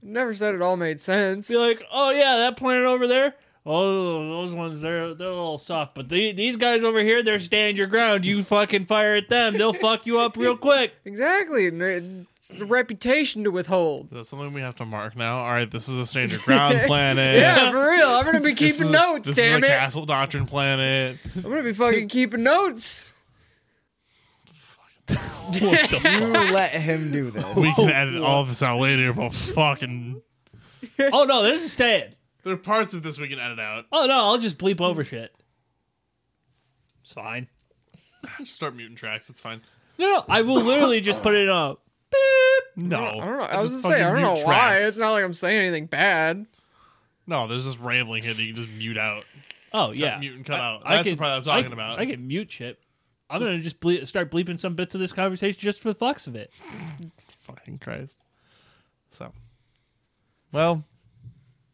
S3: Never said it all made sense.
S5: be like, oh yeah, that planet over there. Oh, those ones they're they're a little soft, but the, these guys over here, they're stand your ground. You fucking fire at them, they'll fuck you up real quick.
S3: Exactly. and It's the reputation to withhold.
S1: That's something we have to mark now. All right, this is a standard ground planet.
S3: Yeah, for real. I'm gonna be
S1: This
S3: keeping
S1: is-
S3: notes,
S1: This
S3: damn
S1: is a
S3: it.
S1: castle doctrine planet.
S3: I'm gonna be fucking keeping notes.
S2: You let him do this.
S1: We can edit all of this out later, but fucking.
S5: Oh no, this is staying.
S1: There are parts of this we can edit out.
S5: Oh no, I'll just bleep over shit. It's fine.
S1: Just start muting tracks. It's fine.
S5: No, no, I will literally just put it up. Beep.
S1: No,
S3: I don't know. I was
S1: Just
S3: gonna say I
S1: fucking
S3: don't know
S1: mute
S3: why.
S1: tracks.
S3: It's not like I'm saying anything bad.
S1: No, there's just rambling here that you can just mute out.
S5: Oh yeah,
S1: mute and cut
S5: I-
S1: out.
S5: I
S1: That's the
S5: can-
S1: part I'm
S5: I-
S1: talking about.
S5: I can mute shit. I'm gonna just ble- start bleeping some bits of this conversation just for the fucks of it.
S1: Fucking Christ. So, well,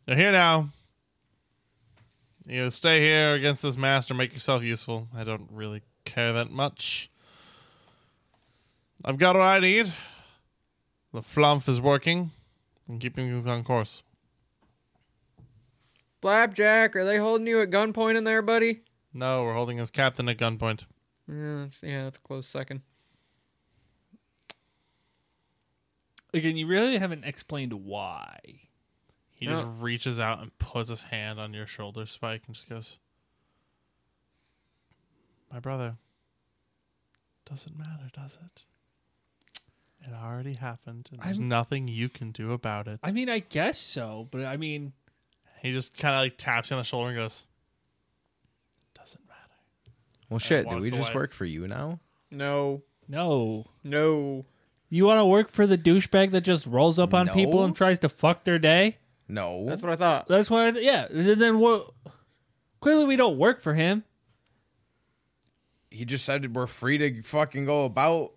S1: they're here now. You stay here against this master, make yourself useful. I don't really care that much. I've got what I need. The flump is working and keeping things on course.
S3: Flapjack, are they holding you at gunpoint in there, buddy?
S1: No, we're holding his captain at gunpoint.
S3: Yeah, that's, yeah, that's a close second.
S5: Again, you really haven't explained why.
S1: He just reaches out and puts his hand on your shoulder, Spike, and just goes, My brother, doesn't matter, does it? It already happened, and there's
S5: I'm-
S1: nothing you can do about it.
S5: I mean, I guess so, but I mean,
S1: he just kind of like taps you on the shoulder and goes, Doesn't matter.
S2: Well, shit. Do we
S1: walks
S2: just
S1: away.
S2: work for you now?
S3: No,
S5: no.
S3: no.
S5: You want to work for the douchebag that just rolls up on people
S2: No.
S5: and tries to fuck their day?
S2: No.
S3: That's what I thought.
S5: That's why, yeah. Then what? Clearly, we don't work for him.
S2: he just said we're free to fucking go about.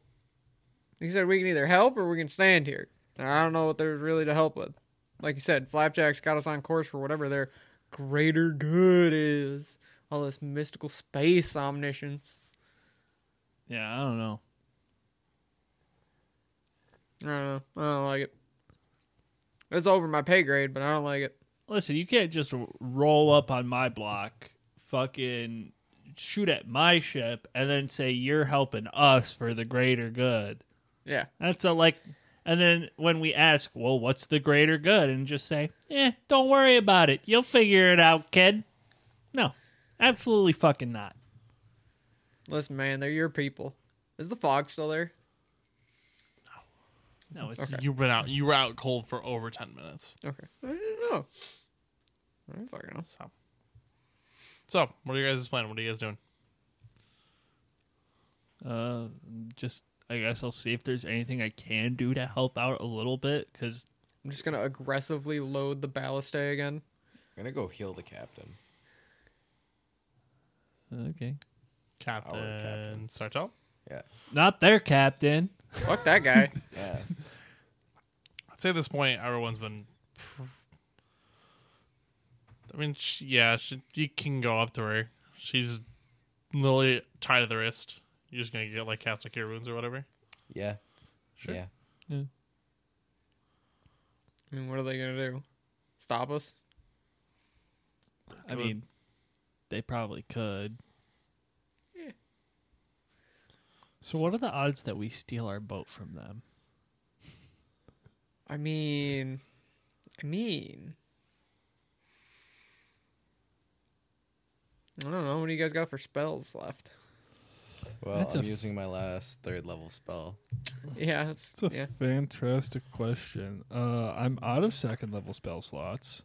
S3: He said we can either help or we can stand here. And I don't know what there's really to help with. Like you said, Flapjack's got us on course for whatever their greater good is. All this mystical space omniscience.
S5: Yeah, I don't know.
S3: I don't know. I don't like it. It's over my pay grade, but I don't like it.
S5: Listen, you can't just r- roll up on my block, fucking shoot at my ship, and then say you're helping us for the greater good.
S3: Yeah.
S5: That's a like. And then when we ask, well, what's the greater good? And just say, eh, don't worry about it. You'll figure it out, kid. No, absolutely fucking not.
S3: Listen, man, they're your people. Is the fog still there?
S5: No, it's
S1: You've been out. You were out cold for over ten minutes.
S3: Okay. I don't know. I don't fucking know.
S1: So, So, what are you guys' plan? What are you guys doing?
S5: Uh, just I guess I'll see if there's anything I can do to help out a little bit because
S3: I'm just gonna aggressively load the ballistay again.
S2: I'm gonna go heal the captain.
S5: okay,
S1: Captain,
S2: captain.
S1: Sartell?
S5: not their captain.
S3: Fuck that guy.
S2: Yeah.
S1: I'd say at this point, everyone's been. I mean, sh yeah, she, you can go up to her. She's literally tied to the wrist. You're just gonna get like cast a cure wounds or whatever.
S2: Yeah.
S1: Sure.
S2: Yeah.
S3: I mean, what are they gonna do? Stop us?
S5: I
S1: Good.
S5: mean, they probably could. So what are the odds that we steal our boat from them?
S3: I mean, I mean, I don't know. What do you guys got for spells left?
S2: Well,
S5: That's
S2: I'm
S5: a-
S2: using my last third level spell.
S3: Yeah, it's,
S8: That's a
S3: yeah.
S8: fantastic question. Uh, I'm out of second level spell slots.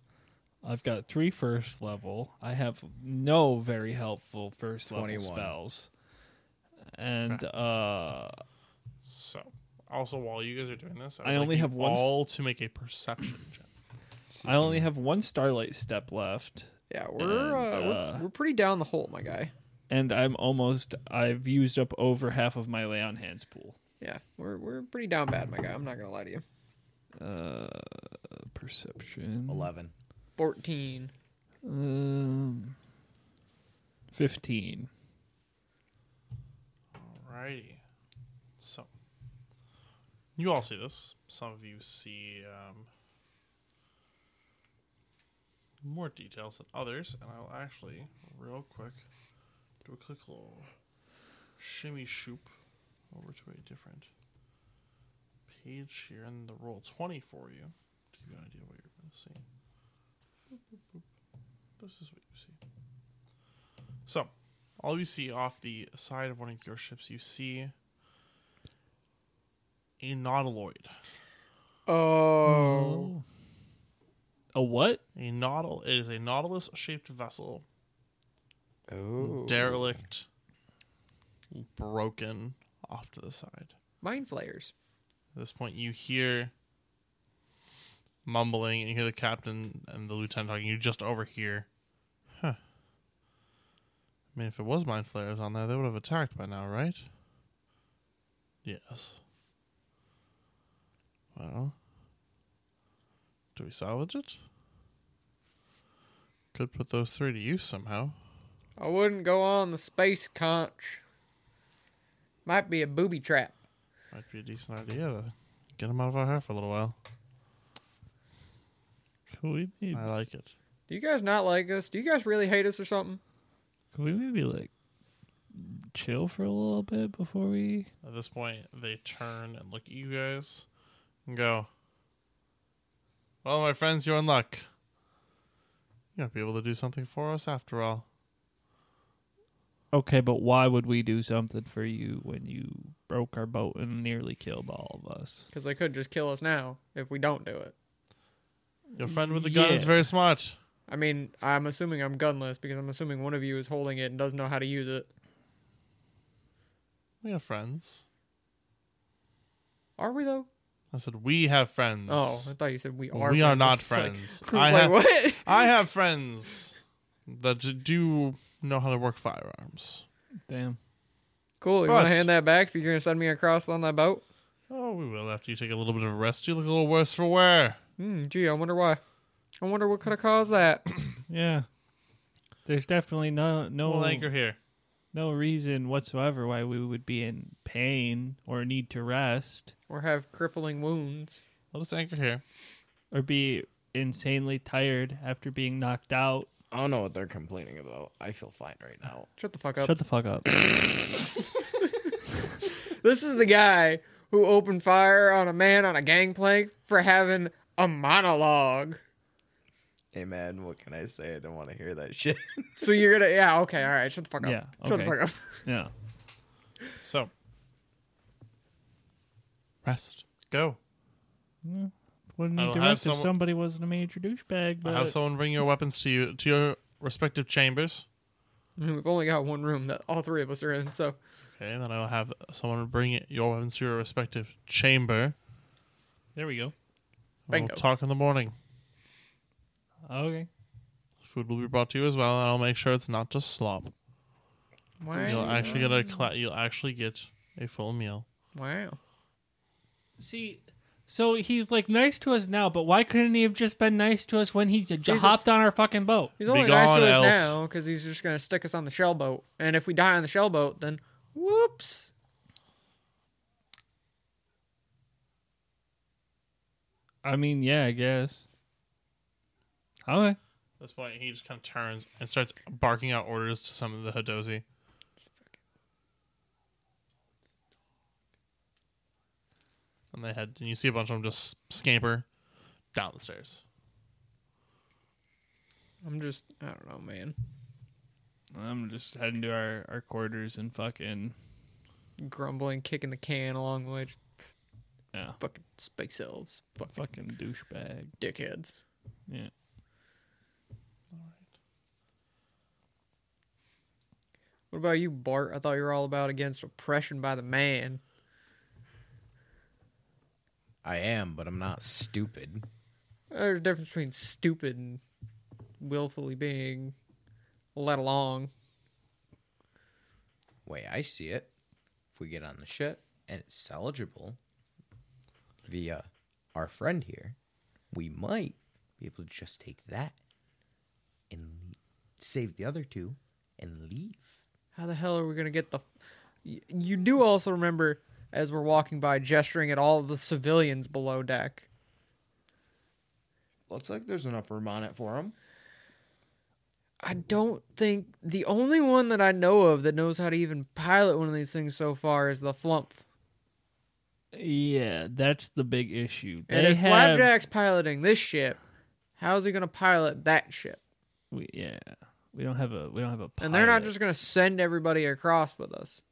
S8: I've got three first level. I have no very helpful first
S2: 21.
S8: level spells. And uh,
S1: So, also while you guys are doing this,
S8: I
S1: would
S8: only
S1: you
S8: have one s-
S1: all to make a perception check.
S8: I only have one starlight step left.
S3: Yeah, we're,
S8: And,
S3: uh,
S8: uh,
S3: we're we're pretty down the hole, my guy.
S8: And I'm almost, I've used up over half of my lay on hands pool.
S3: Yeah, we're we're pretty down bad, my guy. I'm not gonna lie to you.
S8: Uh, perception.
S5: Mm.
S2: Eleven.
S3: Fourteen.
S8: Um, 15.
S1: Alrighty. So, you all see this. Some of you see um, more details than others, and I'll actually, real quick, do a quick little shimmy shoop over to a different page here in the roll 20 for you to give you an idea of what you're going to see. Boop, boop, boop. This is what you see. So, all you see off the side of one of your ships, you see a nautiloid.
S3: Oh,
S8: A what?
S1: A nautil. It is a nautilus-shaped vessel,
S2: Oh.
S1: derelict, broken off to the side.
S3: mind flayers.
S1: At this point, you hear mumbling, and you hear the captain and the lieutenant talking. You just overhear, huh? I mean, if it was mind flayers on there, they would have attacked by now, right? Yes. Well, do we salvage it? Could put those three to use somehow.
S3: I wouldn't go on the space conch. Might be a booby trap.
S1: Might be a decent idea to get them out of our hair for a little while.
S5: Could we be,
S1: I like it.
S3: Do you guys not like us? Do you guys really hate us or something?
S5: could we maybe like chill for a little bit before we?
S1: At this point, they turn and look at you guys and go, Well, my friends, you're in luck. You might be able to do something for us after all.
S5: Okay, but why would we do something for you when you broke our boat and nearly killed all of us?
S3: Because they could just kill us now if we don't do it.
S1: Your friend with the gun is
S5: Yeah.
S1: very smart.
S3: I mean, I'm assuming I'm gunless because I'm assuming one of you is holding it and doesn't know how to use it.
S1: We have friends.
S3: Are we though?
S1: I said, We have friends.
S3: Oh, I thought you said we are.
S1: we are not
S3: It's like-
S1: friends.
S3: It's
S1: I,
S3: like,
S1: have,
S3: what?
S1: I have friends that d- do know how to work firearms.
S5: Damn.
S3: Cool. You want
S1: But-
S3: to hand that back if you're gonna send me across on that boat?
S1: Oh, we will after you take a little bit of a rest. You look a little worse for wear.
S3: Hmm. Gee, I wonder why. I wonder what could have caused that.
S5: Yeah. There's definitely no no
S1: We'll anchor here.
S5: no reason whatsoever why we would be in pain or need to rest
S3: or have crippling wounds.
S1: Let us anchor here.
S5: or be insanely tired after being knocked out.
S2: I don't know what they're complaining about. I feel fine right now.
S3: Shut the fuck up.
S5: Shut the fuck up.
S3: this is the guy who opened fire on a man on a gangplank for having a monologue.
S2: Hey man, what can I say? I don't want to hear that shit.
S3: So you're gonna, yeah, okay, all right, shut the fuck up.
S5: Yeah,
S3: Shut
S5: okay.
S3: the fuck up.
S5: yeah.
S1: So, rest. Go.
S5: Wouldn't
S1: I
S5: need
S1: will
S5: to
S1: have
S5: rest if
S1: someone-
S5: somebody wasn't a major douchebag,
S1: I have
S5: but
S1: someone bring your weapons to you to your respective chambers.
S3: I mean, we've only got one room that all three of us are in, so
S1: Okay, then I'll have someone bring it, your weapons to your respective chamber.
S9: There we go.
S1: We'll
S3: Bingo.
S1: talk in the morning.
S9: Okay.
S1: Food will be brought to you as well, and I'll make sure it's not just slop. You'll
S3: wow,
S1: actually get a cla- you'll actually get a full meal.
S3: wow.
S9: See, so he's like nice to us now, but why couldn't he have just been nice to us when he j- j-
S3: He's a-
S9: hopped on our fucking boat?
S3: He's
S1: Be
S3: only nice
S1: gone,
S3: to us
S1: elf.
S3: now because he's just gonna stick us on the shell boat, and if we die on the shell boat, then whoops.
S9: I mean, yeah, I guess. Okay.
S1: At this point, he just kind of turns and starts barking out orders to some of the Hadozi. And they head, and you see a bunch of them just scamper down the stairs.
S3: I'm just, I don't know, man.
S5: I'm just heading to our, our quarters and fucking.
S3: Grumbling, kicking the can along the way. just
S5: Yeah.
S3: Fucking space elves, fucking
S5: Fucking douchebag.
S3: dickheads.
S5: Yeah.
S3: What about you, Bart? I thought you were all about against oppression by the man.
S2: I am, but I'm not stupid.
S3: There's a difference between stupid and willfully being let along.
S2: way I see it, if we get on the ship and it's salvageable via our friend here, we might be able to just take that and le- save the other two and leave.
S3: How the hell are we gonna get the? Y- You do also remember as we're walking by, gesturing at all the civilians below deck.
S2: Looks like there's enough room on it for them.
S3: I don't think the only one that I know of that knows how to even pilot one of these things so far is the Flump.
S5: Yeah, that's the big issue.
S3: And
S5: They
S3: if
S5: have.
S3: Flapjack's piloting this ship, how's he gonna pilot that ship?
S5: we, yeah, we don't have a we don't have a. Pilot.
S3: And they're not just gonna send everybody across with us.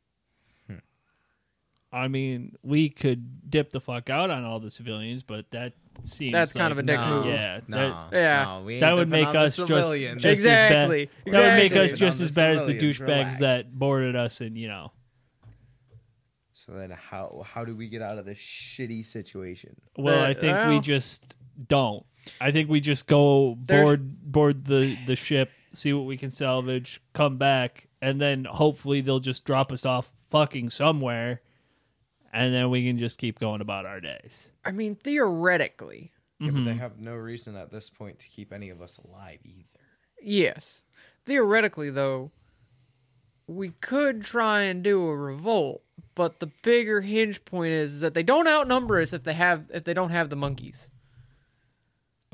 S5: I mean, we could dip the fuck out on all the civilians, but that seems
S3: That's kind
S5: like-
S3: of a dick
S2: Nah.
S3: move.
S5: Yeah, that,
S2: No,
S3: yeah.
S2: no, we ain't
S5: that would
S2: dipping
S5: make
S2: on the
S5: us just,
S2: civilians.
S5: just
S3: Exactly,
S5: as bad. That would make
S3: exactly.
S5: us just
S2: On
S5: as
S2: the
S5: bad as the
S2: civilians,
S5: douchebags
S2: relax.
S5: that boarded us, and you know,
S2: So then, how how do we get out of this shitty situation?
S5: well,
S3: Uh,
S5: I think we
S3: well.
S5: just don't. I think we just go
S3: There's-
S5: board board the the ship, see what we can salvage, come back, and then hopefully they'll just drop us off fucking somewhere, and then we can just keep going about our days.
S3: I mean, theoretically,
S5: Mm-hmm.
S2: Yeah, but they have no reason at this point to keep any of us alive either.
S3: yes. Theoretically, though, we could try and do a revolt, but the bigger hinge point is, that they don't outnumber us if they have if they don't have the monkeys.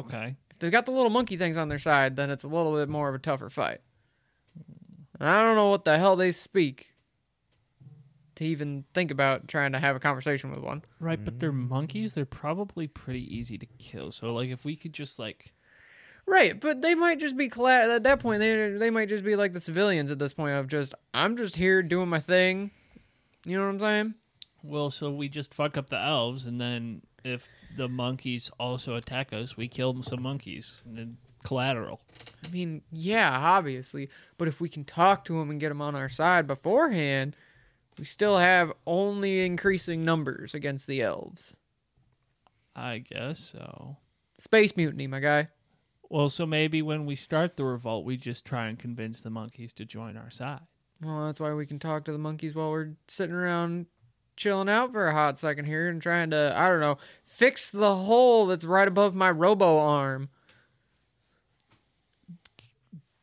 S5: Okay.
S3: If they've got the little monkey things on their side, then it's a little bit more of a tougher fight. And I don't know what the hell they speak to even think about trying to have a conversation with one.
S5: Right, but they're
S2: Mm.
S5: monkeys. They're probably pretty easy to kill. So, like, if we could just like,
S3: Right, but they might just be colla- at that point. They they might just be like the civilians at this point of just I'm just here doing my thing. You know what I'm saying?
S5: well, so we just fuck up the elves, and then if the monkeys also attack us, we kill some monkeys and then collateral.
S3: I mean, yeah, obviously, but if we can talk to them and get them on our side beforehand, we still have only increasing numbers against the elves.
S5: I guess so.
S3: Space mutiny, my guy.
S5: Well, so maybe when we start the revolt, we just try and convince the monkeys to join our side.
S3: Well, that's why we can talk to the monkeys while we're sitting around chilling out for a hot second here and trying to, I don't know, fix the hole that's right above my robo arm.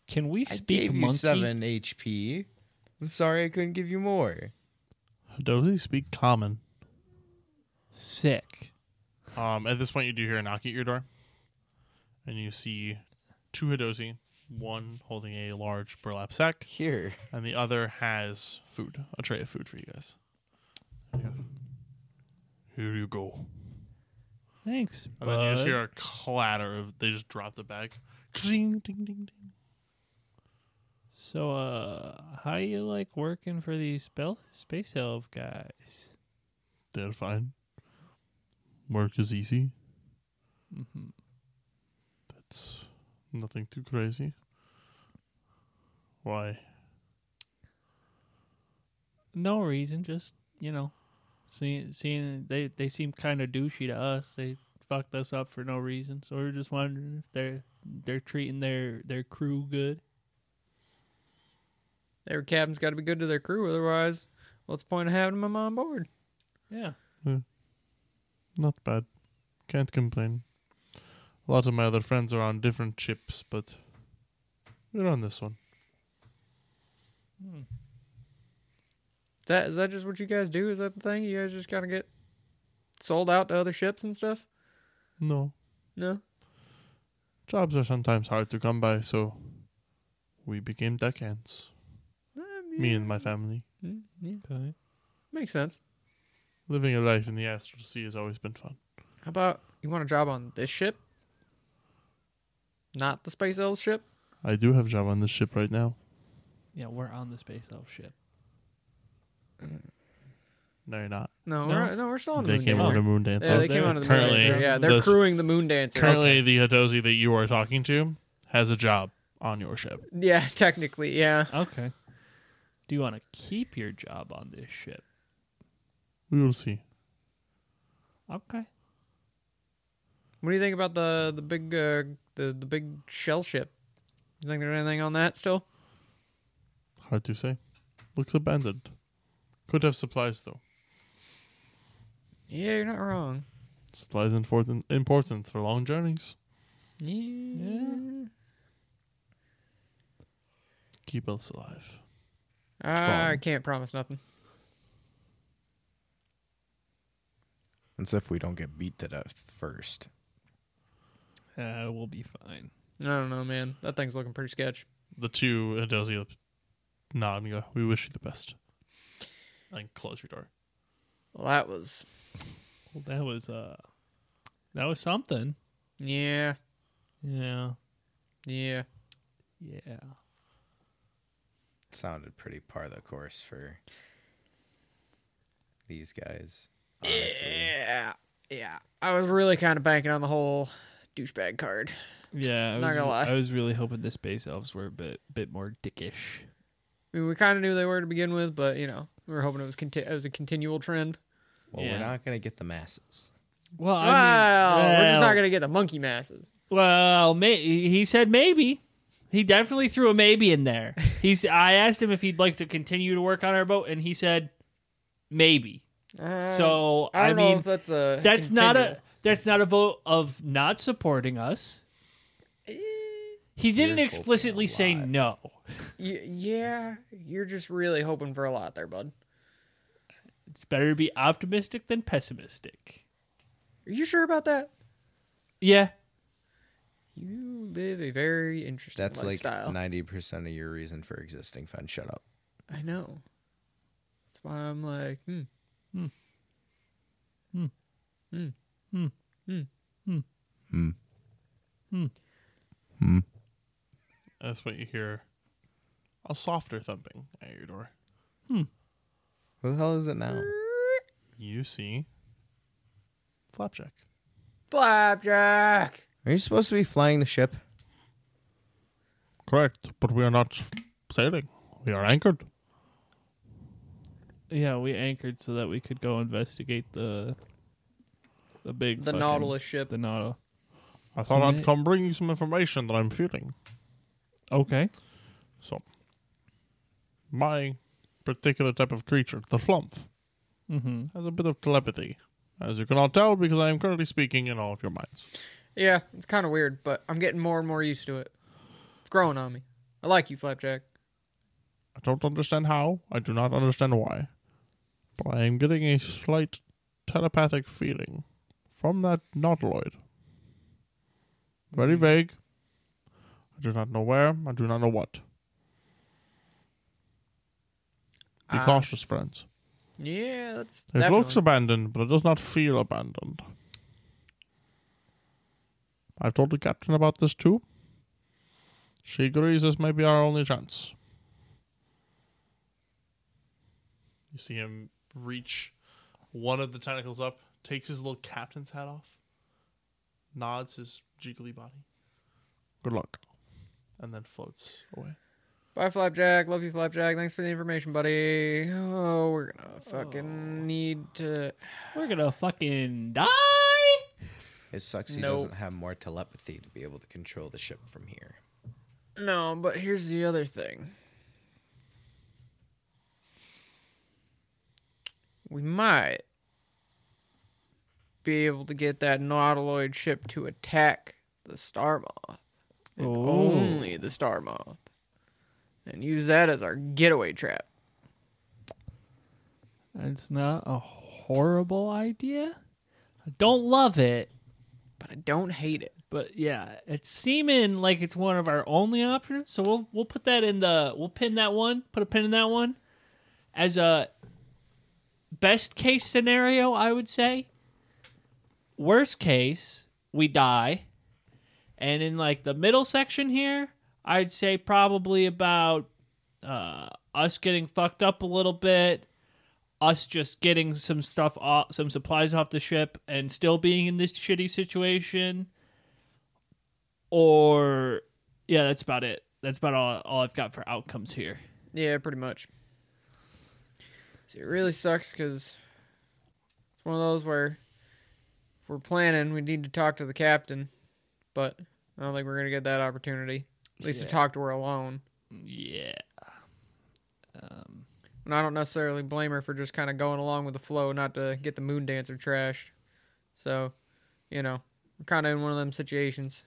S5: Can we
S2: I
S5: speak
S2: gave you
S5: monkey?
S2: seven HP. I'm sorry I couldn't give you more.
S1: Hadozi speak common.
S5: Sick.
S1: Um, at this point, you do hear a knock at your door, and you see two Hadozi, one holding a large burlap sack,
S2: Here.
S1: and the other has food, a tray of food for you guys. Yeah. Here you go.
S5: Thanks.
S1: And then you just
S5: bud.
S1: hear a clatter of they just drop the bag. Ding, ding, ding, ding.
S5: So, uh, how you like working for these spell- space elf guys?
S1: Did fine. Work is easy.
S5: hmm
S1: That's nothing too crazy. Why?
S10: No reason, just you know, seeing seeing they they seem kind of douchey to us. They fucked us up for no reason, so we are just wondering if they're they're treating their their crew good.
S3: Their captain's got to be good to their crew, otherwise, what's the point of having them on board?
S10: Yeah,
S1: Not bad. Can't complain. A lot of my other friends are on different ships, but we're on this one.
S3: Is that is that just what you guys do? Is that the thing? You guys just kind of get sold out to other ships and stuff?
S1: No.
S3: No.
S1: Jobs are sometimes hard to come by, so we became deckhands. Me and my family.
S10: Mm, okay.
S3: Makes sense.
S1: Living a life in the astral sea has always been fun.
S3: How about you want a job on this ship? Not the Space Elves ship?
S1: I do have a job on this ship right now.
S5: Yeah, we're on the space elf ship.
S1: No, you're not.
S3: No,
S10: No.
S3: We're, no, we're still on the
S1: they
S3: moon
S1: came
S3: dancer.
S1: on a moon dance.
S3: Yeah, they
S10: So
S3: came
S10: they're
S3: onto the moon
S1: currently-
S3: dancer. Yeah, they're
S1: this-
S3: crewing the moon dancer.
S1: Currently, the Hadozi that you are talking to has a job on your ship.
S3: Yeah, technically, yeah.
S10: Okay. Do you want to keep your job on this ship?
S1: We will see.
S10: Okay.
S3: What do you think about the the big uh, the the big shell ship? You think there's anything on that still?
S1: Hard to say. Looks abandoned. Could have supplies though.
S3: Yeah, you're not wrong.
S1: Supplies important important for long journeys.
S3: Yeah.
S1: Keep us alive.
S3: I
S1: Strong.
S3: can't promise nothing.
S2: That's if we don't get beat to death first.
S5: Uh, we'll be fine.
S3: I don't know, man. That thing's looking pretty sketch.
S1: The two Hadozi look- nod and go, We wish you the best. And close your door.
S3: Well, that was
S5: Well, that was uh, that was something.
S3: yeah,
S5: Yeah,
S3: yeah.
S5: yeah.
S2: Sounded pretty par the course for these guys.
S3: Oh,
S2: Honestly.
S3: Yeah, yeah. I was really kind of banking on the whole douchebag card.
S5: Yeah, I
S3: Not
S5: was,
S3: gonna lie.
S5: I was really hoping the space elves were a bit bit more dickish.
S3: I mean, we kind of knew they were to begin with, but you know, we were hoping it was conti- it was a continual trend.
S2: Well,
S5: Yeah.
S2: we're not gonna get the masses.
S5: Well, I mean,
S3: Well, we're just not
S5: well,
S3: gonna get the monkey masses.
S5: Well, may- he said maybe. He definitely threw a maybe in there. He's. I asked him if he'd like to continue to work on our boat, and he said maybe. so
S3: Uh, I
S5: I,
S3: don't know
S5: mean,
S3: if that's a
S5: that's not
S3: continual.
S5: a that's not a vote of not supporting us. He didn't
S2: hoping a
S5: explicitly say
S2: lot.
S5: no.
S3: Y- yeah, you're just really hoping for a lot there, bud.
S5: It's better to be optimistic than pessimistic.
S3: Are you sure about that?
S5: Yeah,
S3: You live a very interesting
S2: That's
S3: lifestyle.
S2: like ninety percent of your reason for existing. Fun. Shut up.
S3: I know. That's why I'm like, hmm.
S1: That's what you hear. A softer thumping at your door.
S2: Who the hell is it now?
S1: You see Flapjack.
S3: Flapjack.
S2: Are you supposed to be flying the ship?
S1: Correct, but we are not sailing. We are anchored.
S10: yeah. We anchored so that we could go investigate the the big
S3: The
S10: fucking-
S3: Nautilus ship.
S10: The Nautilus.
S1: I thought
S10: ma-
S1: I'd come bring you some information that I'm feeling.
S10: Okay.
S1: So, my particular type of creature, the flump,
S10: Mm-hmm.
S1: has a bit of telepathy, as you cannot tell because I am currently speaking in all of your minds.
S3: Yeah, it's kind of weird, but I'm getting more and more used to it. It's growing on me. I like you, Flapjack.
S1: I don't understand how. I do not understand why. But I am getting a slight telepathic feeling from that nautiloid. Very vague. I do not know where. I do not know what. Be
S3: Ah.
S1: cautious, friends.
S3: Yeah, that's
S1: It
S3: definitely.
S1: looks abandoned, but it does not feel abandoned. I've told the captain about this too. She agrees this may be our only chance. You see him reach one of the tentacles up, takes his little captain's hat off, nods his jiggly body. Good luck. And then floats away.
S3: Bye, Flapjack. Love you, Flapjack. Thanks for the information, buddy. Oh, we're gonna fucking need to.
S5: We're gonna fucking die.
S2: It sucks he
S3: Nope.
S2: doesn't have more telepathy to be able to control the ship from here.
S3: No, but here's the other thing. We might be able to get that Nautiloid ship to attack the Star Moth. And only the Star Moth. And use that as our getaway trap.
S5: It's not a horrible idea. I don't love it,
S3: But I don't hate it.
S5: but yeah, it's seeming like it's one of our only options. So we'll we'll put that in the we'll pin that one, put a pin in that one as a best case scenario, I would say. Worst case, we die. And in like the middle section here, I'd say probably about uh, us getting fucked up a little bit, us just getting some stuff off, some supplies off the ship, and still being in this shitty situation. Or, yeah, that's about it. That's about all, all I've got for outcomes here.
S3: Yeah, pretty much. See, it really sucks because it's one of those where if we're planning, we need to talk to the captain, but I don't think we're gonna get that opportunity. At least to talk to her alone.
S5: Yeah.
S3: And I don't necessarily blame her for just kind of going along with the flow, not to get the moon dancer trashed. So, you know, we're kind of in one of them situations.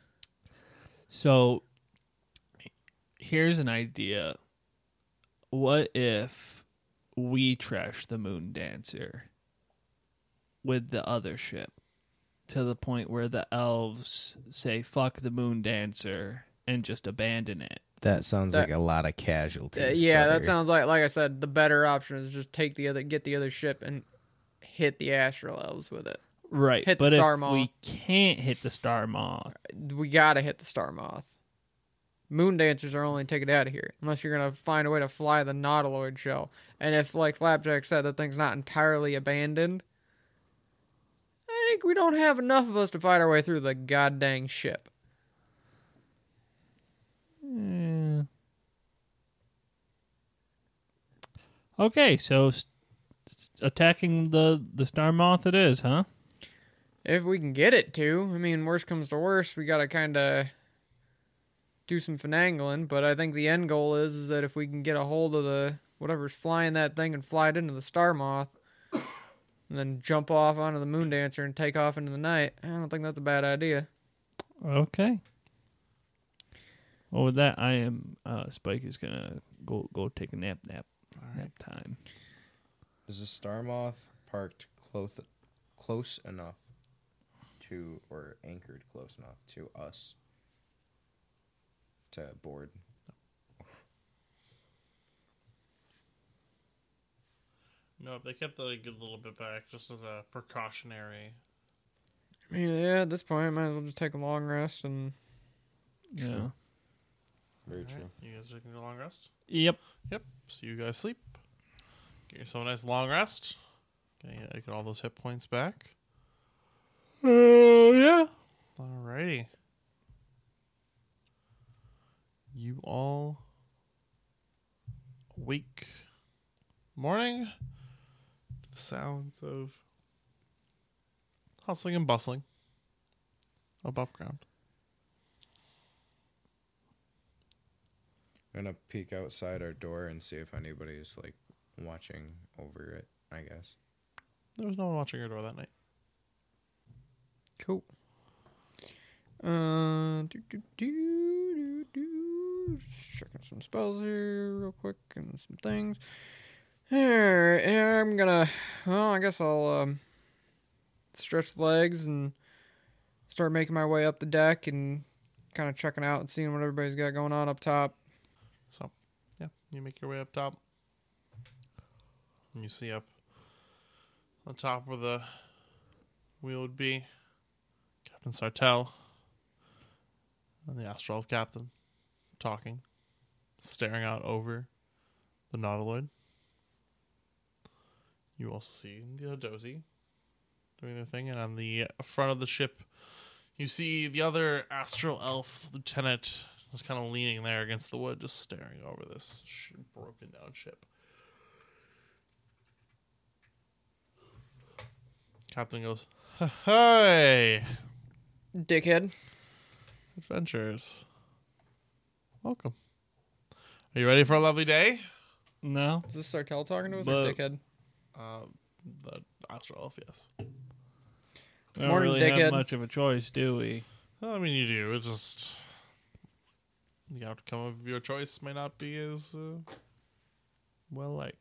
S5: So here's an idea. What if we trash the moon dancer with the other ship to the point where the elves say fuck the moon dancer and just abandon it?
S2: That sounds
S3: That-
S2: like a lot of
S3: Uh,
S2: casualties.
S3: yeah, that
S2: brother.
S3: sounds like, like I said, the better option is just take the other, get the other ship and hit the astral elves with it.
S5: Right.
S3: Hit the
S5: but if
S3: star moth.
S5: we can't hit the star moth,
S3: we gotta hit the star moth. Moon dancers are only taken out of here unless you're gonna find a way to fly the nautiloid shell. And if, like Flapjack said, that thing's not entirely abandoned, I think we don't have enough of us to fight our way through the goddamn ship.
S5: Hmm. okay, so s- s- attacking the the star moth it is, huh?
S3: If we can get it to, I mean, worst comes to worst, we gotta kind of do some finagling. But I think the end goal is, is that if we can get a hold of the whatever's flying that thing and fly it into the star moth, and then jump off onto the moon dancer and take off into the night, I don't think that's a bad idea.
S5: Okay. Well, with that, I am uh, Spike is gonna go go take a nap nap nap time.
S2: Is the star moth parked close close enough to or anchored close enough to us to board?
S1: No, they kept the good little bit back just as a precautionary.
S3: I mean, yeah, at this point, might as well just take a long rest and
S5: Yeah.
S2: Very true.
S1: You guys taking a long rest?
S5: Yep.
S1: Yep. So you guys sleep. Get yourself a nice long rest. Get, get all those hit points back. Oh yeah. Alrighty. You all awake. Morning. The sounds of hustling and bustling above ground.
S2: I'm gonna peek outside our door and see if anybody's like watching over it. I guess.
S1: There was no one watching your door that night.
S3: Cool. Uh, do, do, do, do, do. Just checking some spells here real quick and some things. Alright, yeah, I'm gonna. Well, I guess I'll um, stretch the legs and start making my way up the deck and kind of checking out and seeing what everybody's got going on up top.
S1: So, yeah, you make your way up top. And you see up on top where the wheel would be Captain Sartell and the Astrolove Captain talking, staring out over the Nautiloid. You also see the Hadozi doing their thing, and on the front of the ship, you see the other Astral Elf Lieutenant Just kind of leaning there against the wood, just staring over this sh- broken down ship. Captain goes, "Hey,
S3: Dickhead.
S1: adventurers, welcome. Are you ready for a lovely day?"
S5: No.
S3: Is this Sartell talking to us or
S5: But-
S3: Dickhead?
S1: Uh, the astral elf, yes.
S5: We don't
S3: Morning,
S5: really
S3: dickhead.
S5: have much of a choice, do we?
S1: I mean, you do. It's just the outcome of your choice may not be as uh, well liked.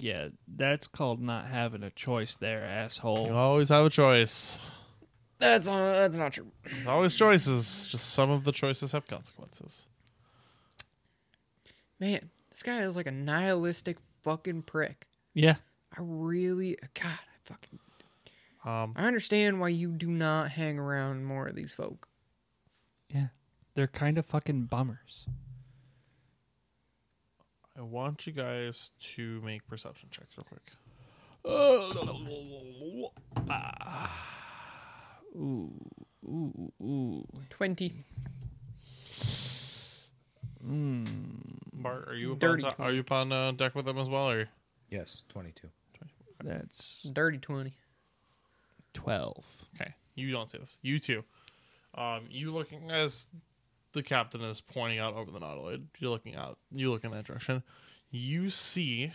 S5: Yeah, that's called not having a choice there,
S1: You
S5: asshole.
S1: always have a choice.
S3: That's uh, that's not true.
S1: There's always choices. Just some of the choices have consequences.
S3: Man, this guy is like a nihilistic fucking prick.
S5: Yeah.
S3: I really, God, I fucking,
S1: Um,
S3: I understand why you do not hang around more of these folk.
S5: Yeah. They're kind of fucking bummers.
S1: I want you guys to make perception checks real quick.
S5: Ooh, ooh, ooh.
S3: Twenty.
S5: Hmm,
S1: Bart, are you upon
S3: Dirty
S1: to- are you upon uh, deck with them as well? Or
S2: Yes, 22.
S5: That's
S3: Dirty twenty.
S5: 12.
S1: okay, you don't see this. You two, um, you looking as the captain is pointing out over the nautiloid. You're looking out. You look in that direction. You see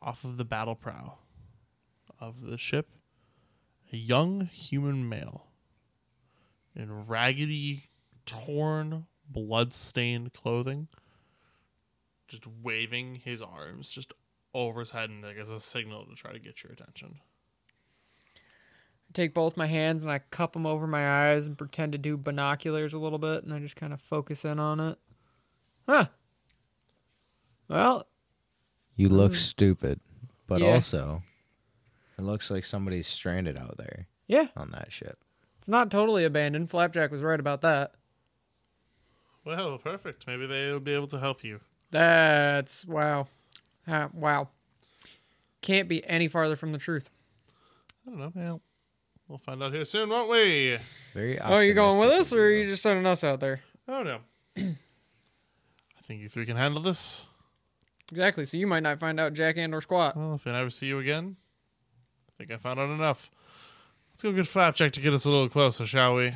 S1: off of the battle prow of the ship a young human male in raggedy, torn, blood-stained clothing, just waving his arms just over his head and like as a signal to try to get your attention.
S3: I take both my hands and I cup them over my eyes and pretend to do binoculars a little bit, and I just kind of focus in on it. Huh. Well,
S2: You look stupid, but
S3: Yeah.
S2: also it looks like somebody's stranded out there
S3: yeah,
S2: on that ship.
S3: it's not totally abandoned. Flapjack was right about that.
S1: Well, perfect. Maybe they'll be able to help you.
S3: That's wow. Uh, wow. Can't be any farther from the truth.
S1: I don't know. We'll find out here soon, won't we?
S2: Very
S3: Oh, you're going with us,
S2: optimistic
S3: or
S2: of
S3: are
S2: you.
S3: you just sending us out there?
S1: Oh no. I think you three can handle this.
S3: Exactly. So you might not find out Jack and or Squat.
S1: Well, if I never see you again, I think I found out enough. Let's go get Flapjack to get us a little closer, shall we?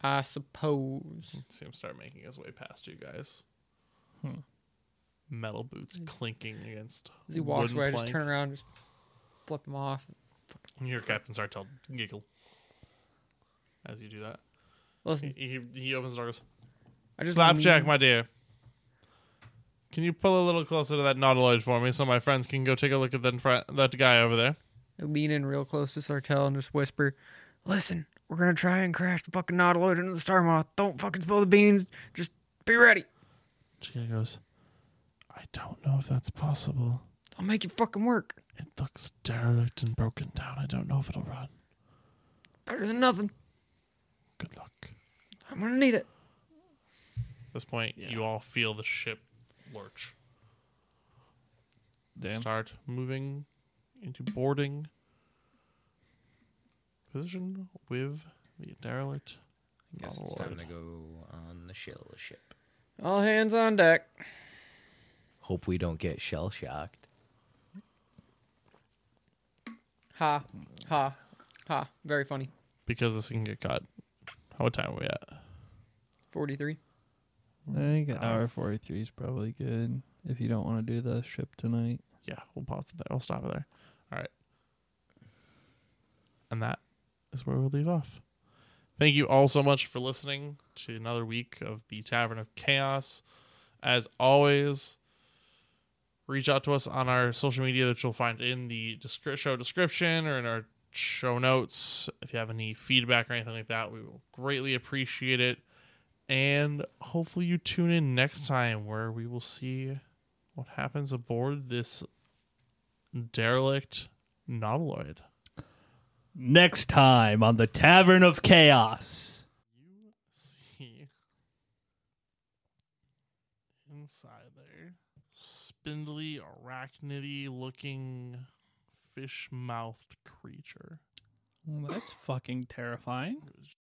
S3: I suppose.
S1: See him start making his way past you guys. Metal boots clinking against.
S3: As Hmm. he walks
S1: wooden
S3: away, I just turn
S1: planks.
S3: around, just flip him off.
S1: You hear Captain Sartell giggle as you do that.
S3: Listen,
S1: He, he, he opens the door and goes,
S3: I just
S1: Flapjack, my dear. Can you pull a little closer to that nautiloid for me so my friends can go take a look at that, fr- that guy over there?
S3: I lean in real close to Sartell and just whisper, "Listen, we're gonna try and crash the fucking Nautiloid into the Star Moth. Don't fucking spill the beans. Just be ready.
S1: She goes, I don't know if that's possible.
S3: I'll make it fucking work.
S1: It looks derelict and broken down. I don't know if it'll run.
S3: Better than nothing.
S1: Good luck. At
S3: I'm gonna need it."
S1: this point, you all feel the ship lurch.
S5: Damn.
S1: Start moving into boarding position with the derelict.
S2: Guess it's
S1: Lord.
S2: time to go on the shell ship.
S3: All hands on deck.
S2: Hope we don't get shell shocked.
S3: Ha, ha, ha. Very funny.
S1: Because this can get cut. How what time are we at?
S3: 43.
S5: I think an hour 43 is probably good if you don't want to do the ship tonight.
S1: yeah, we'll pause it there. We'll stop it there. All right. And that is where we'll leave off. Thank you all so much for listening to another week of the Tavern of Chaos. As always, reach out to us on our social media that you'll find in the descri- show description or in our show notes. If you have any feedback or anything like that, we will greatly appreciate it. And hopefully, you tune in next time where we will see what happens aboard this derelict nautiloid.
S5: Next time on the Tavern of Chaos.
S1: You see inside there, spindly, arachnidy looking fish mouthed creature.
S5: That's fucking terrifying.
S1: It was